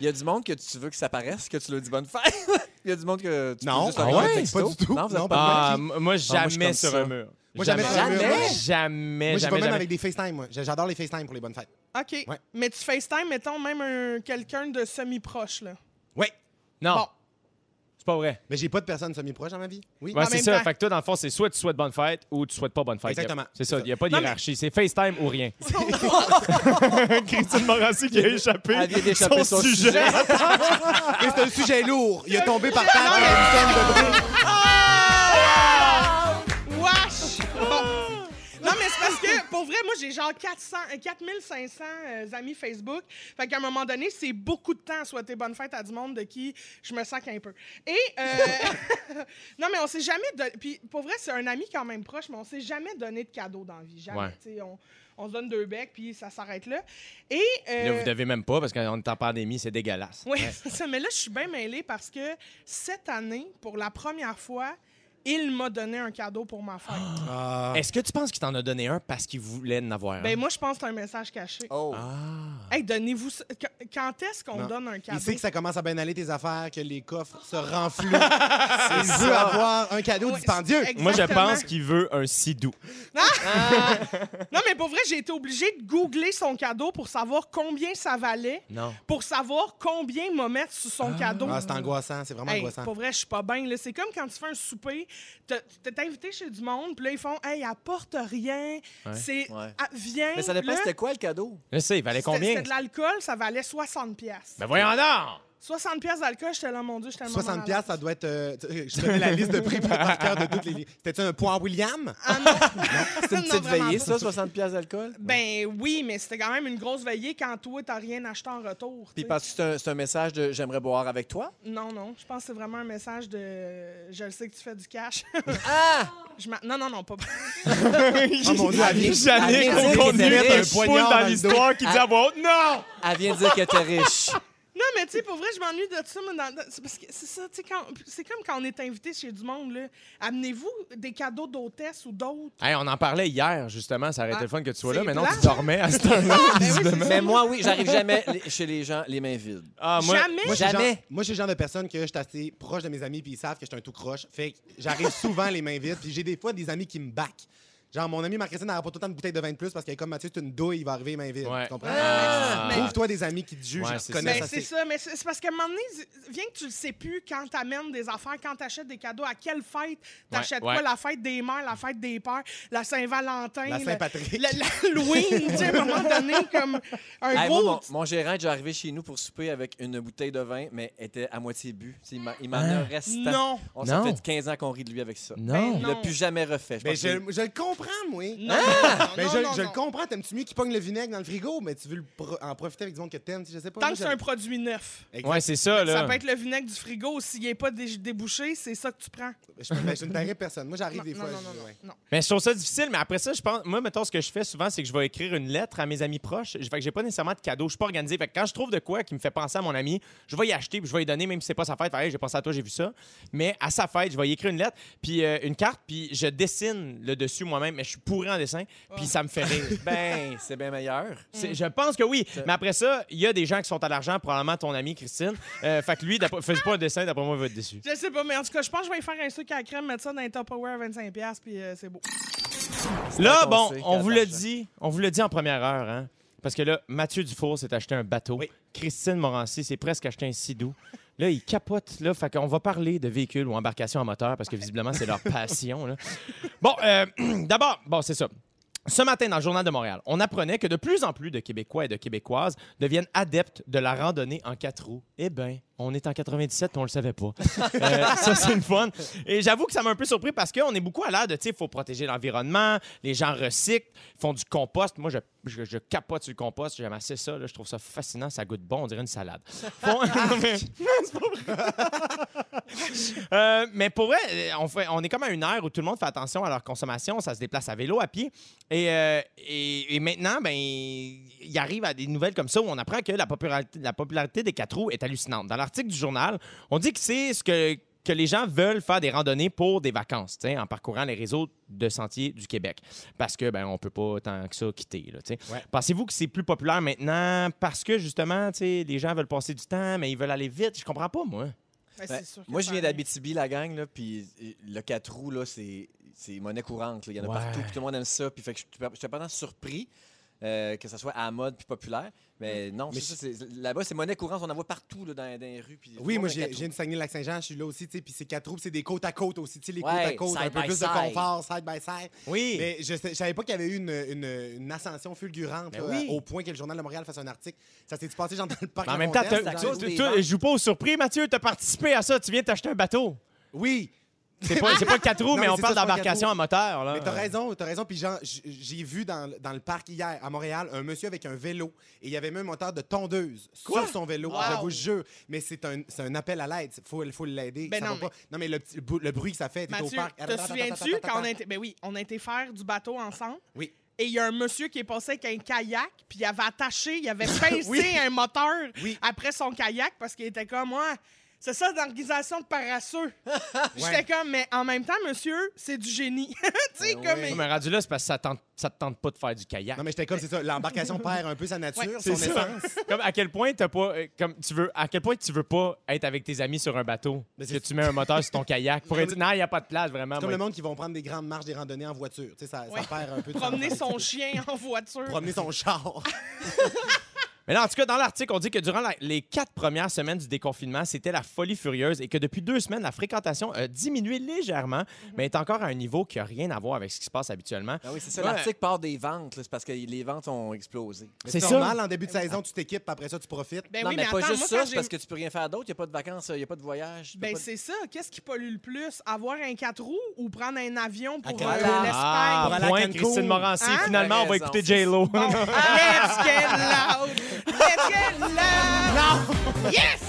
Il y a du monde que tu veux que ça paraisse, que tu leur dis bonne fête. Il y a du monde que tu
Non,
peux juste
ah
leur envoyer un
ouais,
texto.
pas du tout.
Non, vous êtes
Non,
pas
Ah,
Ah,
m- moi,
Ah, moi, je suis
jamais
comme
sur
ça.
un mur.
Moi, jamais
jamais.
sur un mur.
Jamais,
Jamais?
jamais,
Moi, j'ai pas
jamais.
même
jamais.
avec des FaceTime. moi. J'adore les FaceTime pour les bonnes fêtes.
OK.
Ouais.
Mais tu FaceTime, mettons, même un- quelqu'un de semi-proche, là.
Oui.
Non,
Bon.
c'est pas vrai.
Mais j'ai pas de personne semi-proche dans ma vie. Oui.
Ouais,
En
c'est
même
ça.
temps.
Fait que toi, dans le fond, c'est soit tu souhaites bonne fête ou tu souhaites pas bonne fête.
Exactement.
C'est ça.
C'est
Il
ça.
n'y a pas de
Non, mais-
hiérarchie. C'est FaceTime ou rien. Christine Morassi qui a échappé
Elle vient d'échapper son sujet.
Mais c'est un sujet lourd. Il est tombé par terre avec une tonne de bruit.
Oh!
Wesh! Bon. Non, mais c'est parce que, pour vrai, moi, j'ai genre 400, euh, 4500 euh, amis Facebook. Fait qu'à un moment donné, c'est beaucoup de temps à souhaiter bonne fête à du monde de qui je me sac un peu. Et, euh, non, mais on s'est jamais donné. Puis, pour vrai, c'est un ami quand même proche, mais on s'est jamais donné de cadeau dans la vie. Jamais.
Ouais.
Tu sais, On, on se donne deux becs, puis ça s'arrête là. Et.
Là,
euh,
vous devez même pas parce qu'on est en pandémie, c'est dégueulasse.
Oui, c'est ça. Mais là, je suis bien mêlée parce que cette année, pour la première fois, il m'a donné un cadeau pour ma fête.
Ah.
Est-ce que tu penses qu'il t'en a donné un parce qu'il voulait en avoir un?
Ben moi, je pense que c'est un message caché.
Oh.
Hey, donnez-vous... ça. Qu- Quand est-ce qu'on
Non.
donne un cadeau?
Il sait que ça commence à bien aller tes affaires, que les coffres se renflouent. Il veut avoir un cadeau
Ouais,
dispendieux.
c'est-
Moi, je
Exactement.
pense qu'il veut un sidou.
Ah!
Non, mais pour vrai, j'ai été obligée de googler son cadeau pour savoir combien ça valait,
Non.
pour savoir combien me mettre sur son cadeau.
Ah, c'est angoissant, c'est vraiment
Hey,
angoissant.
pour vrai, je suis pas bien. là. C'est comme quand tu fais un souper, t'as- t'es invité chez du monde, puis là, ils font « Hey, apporte rien, c'est...
Ouais.
ah, viens... »
Mais ça dépend,
là,
c'était quoi le cadeau?
Je sais, il valait
C'était-
combien?
C'était de l'alcool, ça valait 60 pièces.
Ben voyons donc!
60 pièces d'alcool, j'étais là, mon Dieu, j'étais
60 pièces, ça doit être. euh, tu- euh, je connais la liste de prix par cœur de toutes les. li- C'était un point William.
Ah, C'est
Une petite veillée, ça, 60 pièces d'alcool?
Ben oui, mais c'était quand même une grosse veillée quand toi, t'as rien acheté en retour.
Puis
tu sais.
parce que c'est un, c'est un message de j'aimerais boire avec toi.
Non, non, je pense que c'est vraiment un message de je le sais que tu fais du cash.
Ah!
Je m'a- non, non, non, pas.
Oh mon dieu, elle vient-
Jannick,
elle
on
vient de
continue
dire qu'il
d'être
était
un poule
poignard dans
dans
le
l'histoire qui dit à voix haute, non!
Elle vient dire que t'es riche.
Non, mais tu sais, pour vrai, je m'ennuie de ça. moi, dans- dans- C'est parce que c'est ça, tu sais, quand... c'est comme quand on est invité chez du monde, là. Amenez-vous des cadeaux d'hôtesse ou d'autres.
Hey, on en parlait hier, justement, ça aurait été
Ah,
le fun que tu sois là,
c'est
mais non, tu
plate.
dormais à cette heure-là.
Ben oui, c'est ça.
Mais moi, oui, j'arrive jamais les- chez les gens les mains vides.
Ah,
Jamais.
Moi, je suis le genre-
Jamais.
Moi, je suis le genre de personne que je suis assez proche de mes amis, puis ils savent que je suis un tout croche. Fait que j'arrive souvent les mains vides, puis j'ai des fois des amis qui me back. Genre, mon ami Marc-Christine n'aura pas tout le temps de bouteilles de vin de plus parce qu'elle est comme Mathieu, c'est une douille, il va arriver main vide.
Ouais.
Tu comprends?
Ah.
Trouve-toi des amis qui te jugent,
Ouais,
qui
c'est
te connaissent
Ben,
assez.
c'est ça, mais c'est c'est parce qu'à un moment donné, z- viens que tu le sais plus quand t'amènes des affaires, quand t'achètes des cadeaux, à quelle fête t'achètes
Ouais, ouais.
quoi? La fête des mères, la fête des pères, la Saint-Valentin,
La
le-
Saint-Patrick.
hein,
Ben,
le- l'Halloween, tu sais, à un moment donné, comme un
Hey, moi,
gros...
mon, mon gérant est déjà arrivé chez nous pour souper avec une bouteille de vin, mais était à moitié bu. Tu sais, Il m'a- il m'en a un restant.
Non.
On ça
Non.
fait 15 ans qu'on rit de lui avec ça.
Non.
Il l'a plus jamais refait. Je
Ben,
pense que-
je, je le comprends, moi.
Non, non,
Ben,
non,
je,
non,
je le
non.
comprends. T'aimes-tu mieux qu'il pogne le vinaigre dans le frigo, mais tu veux le pro- en profiter avec du monde que t'aimes, tu sais, je sais pas.
Tant
Moi,
que c'est
je-
un produit neuf.
Exact.
Ouais, c'est ça, là.
Ça peut être le vinaigre du frigo. S'il n'est pas dé- débouché, c'est ça que tu prends.
Je, ben, je ne tairai personne. Moi, j'arrive
Non,
des
non,
fois.
non,
je-
non, non,
ouais.
non.
Mais je trouve ça difficile, mais après ça, je pense. Moi, mettons, ce que je fais souvent, c'est que je vais écrire une lettre à mes amis proches. Fait que j'ai pas nécessairement de cadeau. Je suis pas organisé. Fait que quand je trouve de quoi qui me fait penser à mon ami, je vais y acheter, puis je vais y donner, même si c'est pas sa fête. Fait, Hey, j'ai pensé à toi, j'ai vu ça. Mais à sa fête, je vais y écrire une lettre, puis euh, une carte, puis je dessine le dessus moi-même, mais je suis pourri en dessin, puis ça me fait rire.
Ben, c'est bien meilleur.
C'est- Je pense que oui. Mais après ça, il y a des gens qui sont à l'argent, probablement ton ami Christine. Euh, fait que lui, d'après- fais pas un dessin, d'après moi, il va être déçu.
Je sais pas, mais en tout cas, je pense que je vais y faire un sucre à la crème, mettre ça dans un Tupperware à 25$, puis euh, c'est beau.
Là,
Fait qu'on
bon,
sait qu'il y
on
a
vous
de
l'a
l'argent.
dit, on vous l'a dit en première heure, hein? Parce que là, Mathieu Dufour s'est acheté un bateau.
Oui.
Christine Morancy s'est presque acheté un sidou. Là, il capote, là. Fait qu'on va parler de véhicules ou embarcations à moteur parce que visiblement, c'est leur passion, là. Bon, euh, d'abord, bon, c'est ça. Ce matin, dans le Journal de Montréal, on apprenait que de plus en plus de Québécois et de Québécoises deviennent adeptes de la randonnée en quatre roues. Eh bien, on est en 97 et on le savait pas. Euh, ça, c'est une fun. Et j'avoue que ça m'a un peu surpris parce qu'on est beaucoup à l'air de, tu sais, il faut protéger l'environnement, les gens recyclent, font du compost. Moi, je, je, je capote sur le compost, j'aime assez ça. là. je trouve ça fascinant, ça goûte bon, on dirait une salade. Font- Non, mais- Euh, mais pour vrai, euh, on, fait, on est comme à une ère où tout le monde fait attention à leur consommation. Ça se déplace à vélo, à pied. Et, euh, et, et maintenant, ben, il arrive à des nouvelles comme ça où on apprend que la popularité, la popularité des quatre roues est hallucinante. Dans l'article du journal, on dit que c'est ce que que les gens veulent faire des randonnées pour des vacances, tu sais, en parcourant les réseaux de sentiers du Québec. Parce que, ben, on peut pas tant que ça quitter, là, tu sais.
Ouais.
Pensez-vous que c'est plus populaire maintenant parce que, justement, tu sais, les gens veulent passer du temps, mais ils veulent aller vite? Je comprends pas, moi.
Ben,
Ben,
c'est sûr que
moi, je
ça
viens
arrive.
d'Abitibi, la gang, là, puis euh, le 4 roues, là, c'est c'est monnaie courante. là. Il y en a
Ouais.
partout, puis tout le monde aime ça. Puis fait que je suis pendant surpris euh, que ça soit à la mode puis populaire. Mais non,
Mais
c'est ça, c'est- là-bas, c'est monnaie courante. On en voit partout là, dans, dans les rues. puis tout
Oui,
le
moi,
monde a un
j'ai
quatre
j'ai une Saguenay-Lac-Saint-Jean, je suis là aussi, tu sais, puis c'est quatre roues, c'est des côte à côte aussi, tu sais, les
Ouais,
côte à côte, un
side
peu
by
plus de
side.
confort, side by side.
Oui.
Mais je sais- je savais pas qu'il y avait eu une, une- une ascension fulgurante
Ben
là,
oui.
au point que le Journal de Montréal fasse un article. Ça s'est passé, genre, dans le parc.
Mais en
La
même temps,
Fontaine,
t'as-
c'est
dans-
à cause
tu-
des
tu-
ventes.
je joue pas au surpris, Mathieu. T'as participé à ça. Tu viens t'acheter un bateau.
Oui,
C'est pas, c'est pas le 4 roues,
Non,
mais,
mais
on
c'est
parle
ça, c'est pas le
d'embarcation
quatre
à moteur,
Ah.
là.
Mais t'as raison, t'as raison. Puis genre, j- j'ai vu dans, dans le parc hier, à Montréal, un monsieur avec un vélo. Et il y avait même un moteur de tondeuse sur son vélo, je vous jure. Mais c'est un, c'est un appel à l'aide. Il faut, faut l'aider.
Ben
ça
non,
va pas. non, mais le, petit- le bou- le bruit que ça fait, t'es au
Mathieu,
parc.
te souviens-tu quand on a été... Ben oui, on a été faire du bateau ensemble.
Oui.
Et il y a un monsieur qui est passé avec un kayak, puis il avait attaché, il avait pincé
Oui.
un moteur
Oui.
après son kayak parce qu'il était comme, ouais, c'est ça d'organisation de paresseux. J'étais comme, mais en même temps, monsieur, c'est du génie. tu sais,
Ben
comme.
oui.
Ouais, Mais rendu là, c'est parce que ça, tente, ça te tente pas de faire du kayak.
Non, mais j'étais comme, c'est ça, l'embarcation perd un peu sa nature,
Ouais,
C'est
son
ça.
essence.
comme à quel point t'as pas, euh, comme tu veux, à quel point tu veux pas être avec tes amis sur un bateau, parce que tu mets un moteur sur ton kayak pour être, non, il y a pas de place vraiment.
C'est comme
moi.
le monde qui vont prendre des grandes marches, des randonnées en voiture. Tu sais, ça, ça
Ah Ouais.
perd un peu de
Promener
sens.
son chien en voiture.
Promener son char.
Mais là, en tout cas, dans l'article, on dit que durant la- les quatre premières semaines du déconfinement, c'était la folie furieuse et que depuis deux semaines, la fréquentation a diminué légèrement, mais est encore à un niveau qui a rien à voir avec ce qui se passe habituellement.
Ah oui, c'est ça.
Ouais. Ben
L'article part des ventes, là, c'est parce que les ventes ont explosé.
Mais
C'est ça.
normal, en début de saison, tu t'équipes, puis après ça, tu profites.
Ben
non,
oui,
mais,
mais,
pas
attends,
juste
moi,
ça,
quand
c'est
j'ai.
parce que tu peux rien faire d'autre. Il n'y a pas de vacances, il n'y a pas de voyage. y a
Ben
pas de-
c'est ça. Qu'est-ce qui pollue le plus? Avoir un quatre roues ou prendre un avion pour
Cancun.
euh,
Ah,
l'Espagne?
Pour aller à
point,
Cancun.
Christine Morancy.
Hein?
Finalement, on va
Raison.
écouter J-Lo. Ah!
Bon, Oh. Ah, let's get loud! Let's get loud! Yes!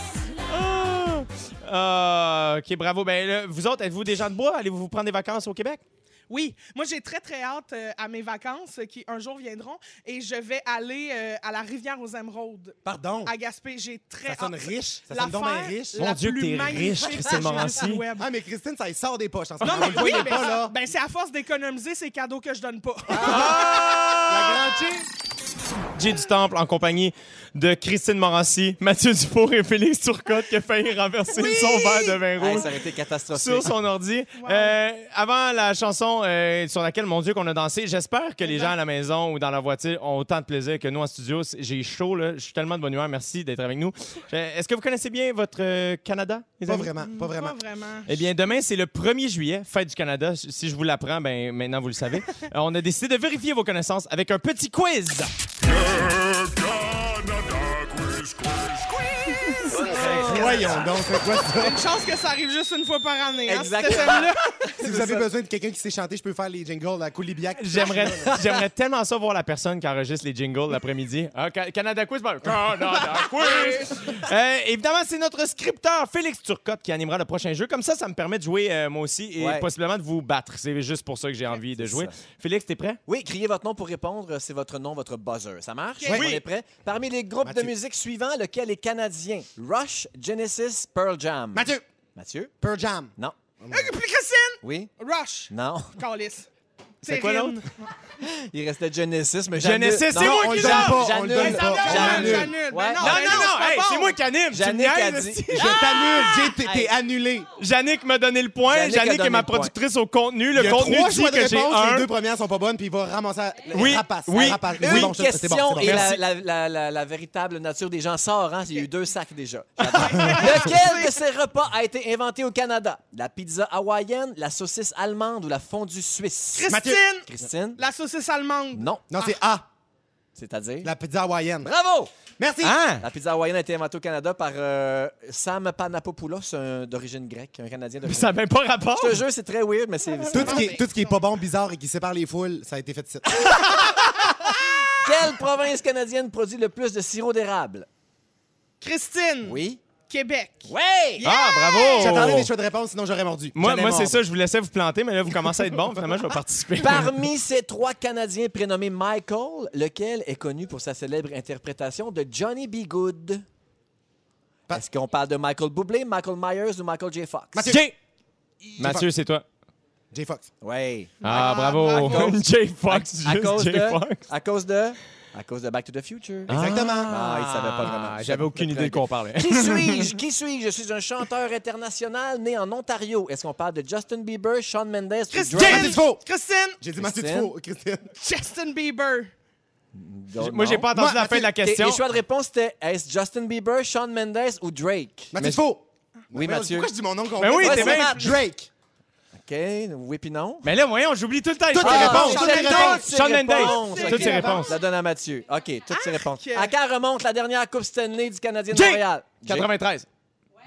Ah! Ah, OK, bravo. Ben, là, vous autres, êtes-vous des gens de bois? Allez-vous vous prendre des vacances au Québec?
Oui, moi j'ai très très hâte euh, à mes vacances euh, qui un jour viendront et je vais aller euh, à la rivière aux émeraudes
Pardon.
à Gaspé. J'ai très
Ça sonne
hâte.
riche. Ça sonne donc bien
ah, L'affaire
riche.
la
Mon Dieu,
plus
que t'es
magnifique
riche, Christine
que j'ai vue
Morancy.
sur le web.
Ah, mais Christine, ça y sort des poches en ce
Non,
moment.
mais
Vous le
oui,
voyez
mais
pas,
ça-
là. Ah,
ben, c'est à force d'économiser ces cadeaux que je donne pas.
La grande chick.
J'ai du Temple en compagnie de Christine Morancy, Mathieu Dufour et Félix Turcotte qui a failli renverser son verre de vin
Hey,
rouge.
ça aurait été catastrophique.
sur son ordi.
Wow.
Euh, avant la chanson euh, sur laquelle, mon Dieu, qu'on a dansé, j'espère que les gens à la maison ou dans la voiture ont autant de plaisir que nous en studio. C'est- J'ai chaud, là. Je suis tellement de bonne humeur. Merci d'être avec nous. Euh, Est-ce que vous connaissez bien votre euh, Canada, les
Pas
amis?
vraiment, pas vraiment.
Pas vraiment.
Eh bien, demain, c'est le 1er juillet, fête du Canada. Si je vous l'apprends, ben, maintenant, vous le savez. Euh, on a décidé de vérifier vos connaissances avec un petit quiz.
Voyons donc, c'est quoi ça?
Une chance que ça arrive juste une fois par année. hein, cette
Exactement.
semaine-là.
Si vous avez besoin de quelqu'un qui sait chanter, je peux faire les jingles à Coulibiac.
J'aimerais, j'aimerais tellement ça voir la personne qui enregistre les jingles l'après-midi. Ah, Ca- Canada Quiz, ben, Canada Quiz! Euh, évidemment, c'est notre scripteur Félix Turcotte qui animera le prochain jeu. Comme ça, ça me permet de jouer euh, moi aussi et
Ouais.
possiblement de vous battre. C'est juste pour ça que j'ai envie de jouer.
ça.
Félix, t'es prêt?
Oui, criez votre nom pour répondre, c'est votre nom, votre buzzer. Ça marche?
Oui.
On est prêt? Parmi les groupes
Mathieu.
de musique suivants, lequel est canadien? Rush, Genesis, Pearl Jam.
Mathieu,
Mathieu?
Pearl Jam.
Non.
Puis Christine!
Oui?
Rush!
Non.
Calice.
C'est quoi
Terrible.
l'autre?
Il restait Genesis, mais
Genesis,
j'annule-
c'est
Non,
moi
on
qui
le
donne. Ben,
donne pas,
On le donne
j'annule.
pas.
J'annule,
J'annule.
j'annule.
Ouais.
Ben non,
Non, non,
ben
non!
c'est
hey,
pas
c'est
bon.
moi qui anime! Tu me
Jannick a
niaises,
dit-
esti.
Je t'annule, j'ai- t'es- t'es annulé.
Jannick m'a donné le point.
Jannick
Jannick,
a donné
est ma
le point.
productrice au contenu. Le
Il y a
contenu
trois
dit
choix de
que j'ai
réponse,
un.
les deux premières sont pas bonnes, puis il va ramasser à-
Oui,
rapace,
oui,
à rapace.
oui.
C'est
Une
bon, c'est- c'est
question
bon, c'est bon.
et la,
Merci.
la- la- la- la véritable nature des gens sort. Hein? Il y a eu deux sacs déjà. J'adore. Lequel de ces repas a été inventé au Canada? La pizza hawaïenne, la saucisse allemande ou la fondue suisse?
Christine!
Christine?
La saucisse allemande.
Non.
Non, c'est A,
C'est-à-dire?
la pizza hawaïenne.
Bravo!
Merci.
Hein?
La pizza hawaïenne a été inventée au Canada par euh, Sam Panapopoulos, un d'origine grecque, un Canadien d'origine
Ça
grecque.
n'avait pas rapport.
Je te jure, c'est très weird, mais c'est...
Tout ce, qui est, tout ce qui est pas bon, bizarre et qui sépare les foules, ça a été fait ici.
Oh!
Quelle province canadienne produit le plus de sirop d'érable?
Christine!
Oui?
Québec.
Ouais!
Ah, bravo!
J'attendais des choix de réponse, sinon j'aurais mordu.
Moi,
J'allais
moi c'est
mordre.
ça, je vous laissais vous planter, mais là, vous commencez à être bon. Finalement, je vais participer.
Parmi ces trois Canadiens prénommés Michael, lequel est connu pour sa célèbre interprétation de Johnny B. Good?
Pa-
Est-ce qu'on parle de Michael Bublé, Michael Myers ou Michael J. Fox?
Mathieu.
Jay! Mathieu, c'est toi.
Jay Fox.
Oui.
Ah, bravo! Jay Fox,
À
juste
cause
Jay
de...
Fox.
À cause de... À cause de Back to the Future.
Exactement.
Ah, il savait pas vraiment.
Ah, J'avais aucune idée de quoi on parlait.
Qui suis-je? Qui suis-je? Je suis un chanteur international né en Ontario. Est-ce qu'on parle de Justin Bieber, Shawn Mendes ou
Christine!
James, c'est faux.
Christine!
J'ai dit Mathieu
Christine.
Dufault, Christine.
Justin Bieber.
Dra-
Moi, j'ai
Non.
pas entendu
Moi,
la fin de la
Tes-
question.
Les choix de réponse, c'était est-ce Justin Bieber, Shawn Mendes ou Drake?
Mathieu Dufault.
Oui,
Mais
Mathieu.
Pourquoi je dis mon nom complet?
Ben oui,
Ouais,
t'es
c'est
bien.
Matt.
Drake.
OK, oui puis non.
Mais là, voyons, j'oublie tout le temps. les
Toutes
choix de
les
réponse.
réponses,
c'est
toutes les
toutes
réponses.
ses
Shawn Ah, Mendes.
réponses.
Toutes ses réponses.
La donne à Mathieu. OK, toutes ses réponses.
Arc.
À quand remonte la dernière Coupe Stanley du Canadien de
Jay.
Montréal?
93.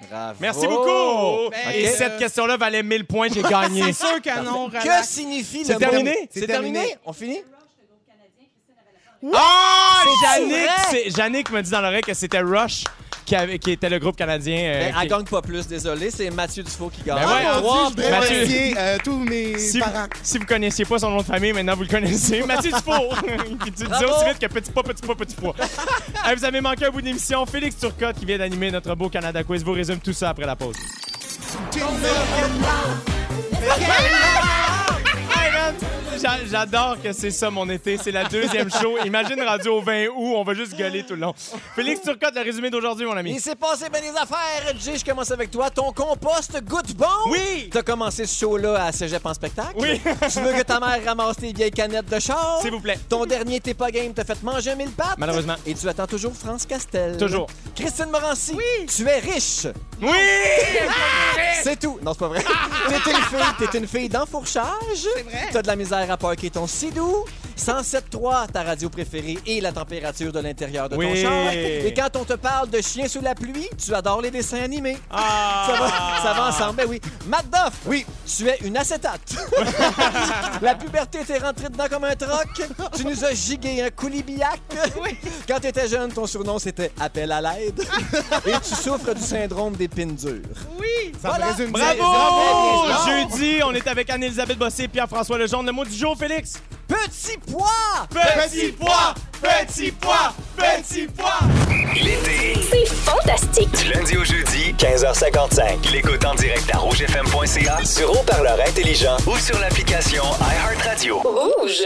Jay. Bravo.
Merci beaucoup!
Ben,
Et
euh,
cette question-là valait 1000 points, j'ai gagné.
C'est sûr que non,
Que
relax.
signifie
C'est
le mot-
terminé?
C'est
C'est
terminé?
terminé.
On finit?
Ah!
C'est
Yannick,
vrai!
c'est- Yannick me dit dans l'oreille que c'était Rush qui, avait- qui était le groupe canadien. euh,
Ben,
qui-
Elle gagne pas plus, désolé. C'est Mathieu Dufault qui gagne.
Ben ouais,
Ah,
Mon Dieu,
trois
je voudrais
Mathieu.
remercier euh, tous mes
si, vous,
parents.
si vous connaissiez pas son nom de famille, maintenant vous le connaissez. Mathieu Dufour. Puis tu le dis
Bravo.
aussi vite que petit pas, petit pas, petit pas. Hey, vous avez manqué un bout d'émission. Félix Turcotte qui vient d'animer notre beau Canada Quiz vous résume tout ça après la pause. Hey, man, j'a- J'adore que c'est ça mon été, c'est la deuxième show. Imagine radio au 20 août, on va juste gueuler tout le long. Félix Turcotte, le résumé d'aujourd'hui, mon ami.
Il s'est passé bien des affaires. Jay, je commence avec toi. Ton compost goûte bon.
Oui!
T'as commencé ce show-là à Cégep en spectacle.
Oui.
tu veux que ta mère ramasse tes vieilles canettes de char.
S'il vous plaît.
Ton dernier T'es pas game t'a fait manger un mille pattes.
Malheureusement.
Et tu attends toujours France Castel.
Toujours.
Christine Morancy. Tu es riche.
Oui!
C'est tout. Non, c'est pas vrai. t'es une fille, t'es une fille d'enfourchage. C'est
vrai.
T'as de la misère à parker ton sidou. 107.3, ta radio préférée et la température de l'intérieur de ton
Oui.
char. Et quand on te parle de chien sous la pluie, tu adores les dessins animés.
Ah!
Ça va, ça va ensemble, ben oui. Matt Duff, oui, tu es une acétate. la puberté t'est rentrée dedans comme un troc. Tu nous as gigué un coulibiac. Quand t'étais jeune, ton surnom c'était Appel à l'aide. Et tu souffres du syndrome des pines dures.
Oui!
Ça
Voilà.
me résume bien.
Bravo!
Bravo!
Jeudi, on est avec Anne-Elisabeth Bossé et Pierre-François Lejeune. Le mot du jour, Félix?
Petit pois!
Petit pois! Petit pois! Petit pois!
L'été,
C'est fantastique!
du lundi au jeudi,
15h55.
l'écoute en direct à rougefm.ca
Sur haut-parleur intelligent.
ou sur l'application iHeartRadio.
Rouge!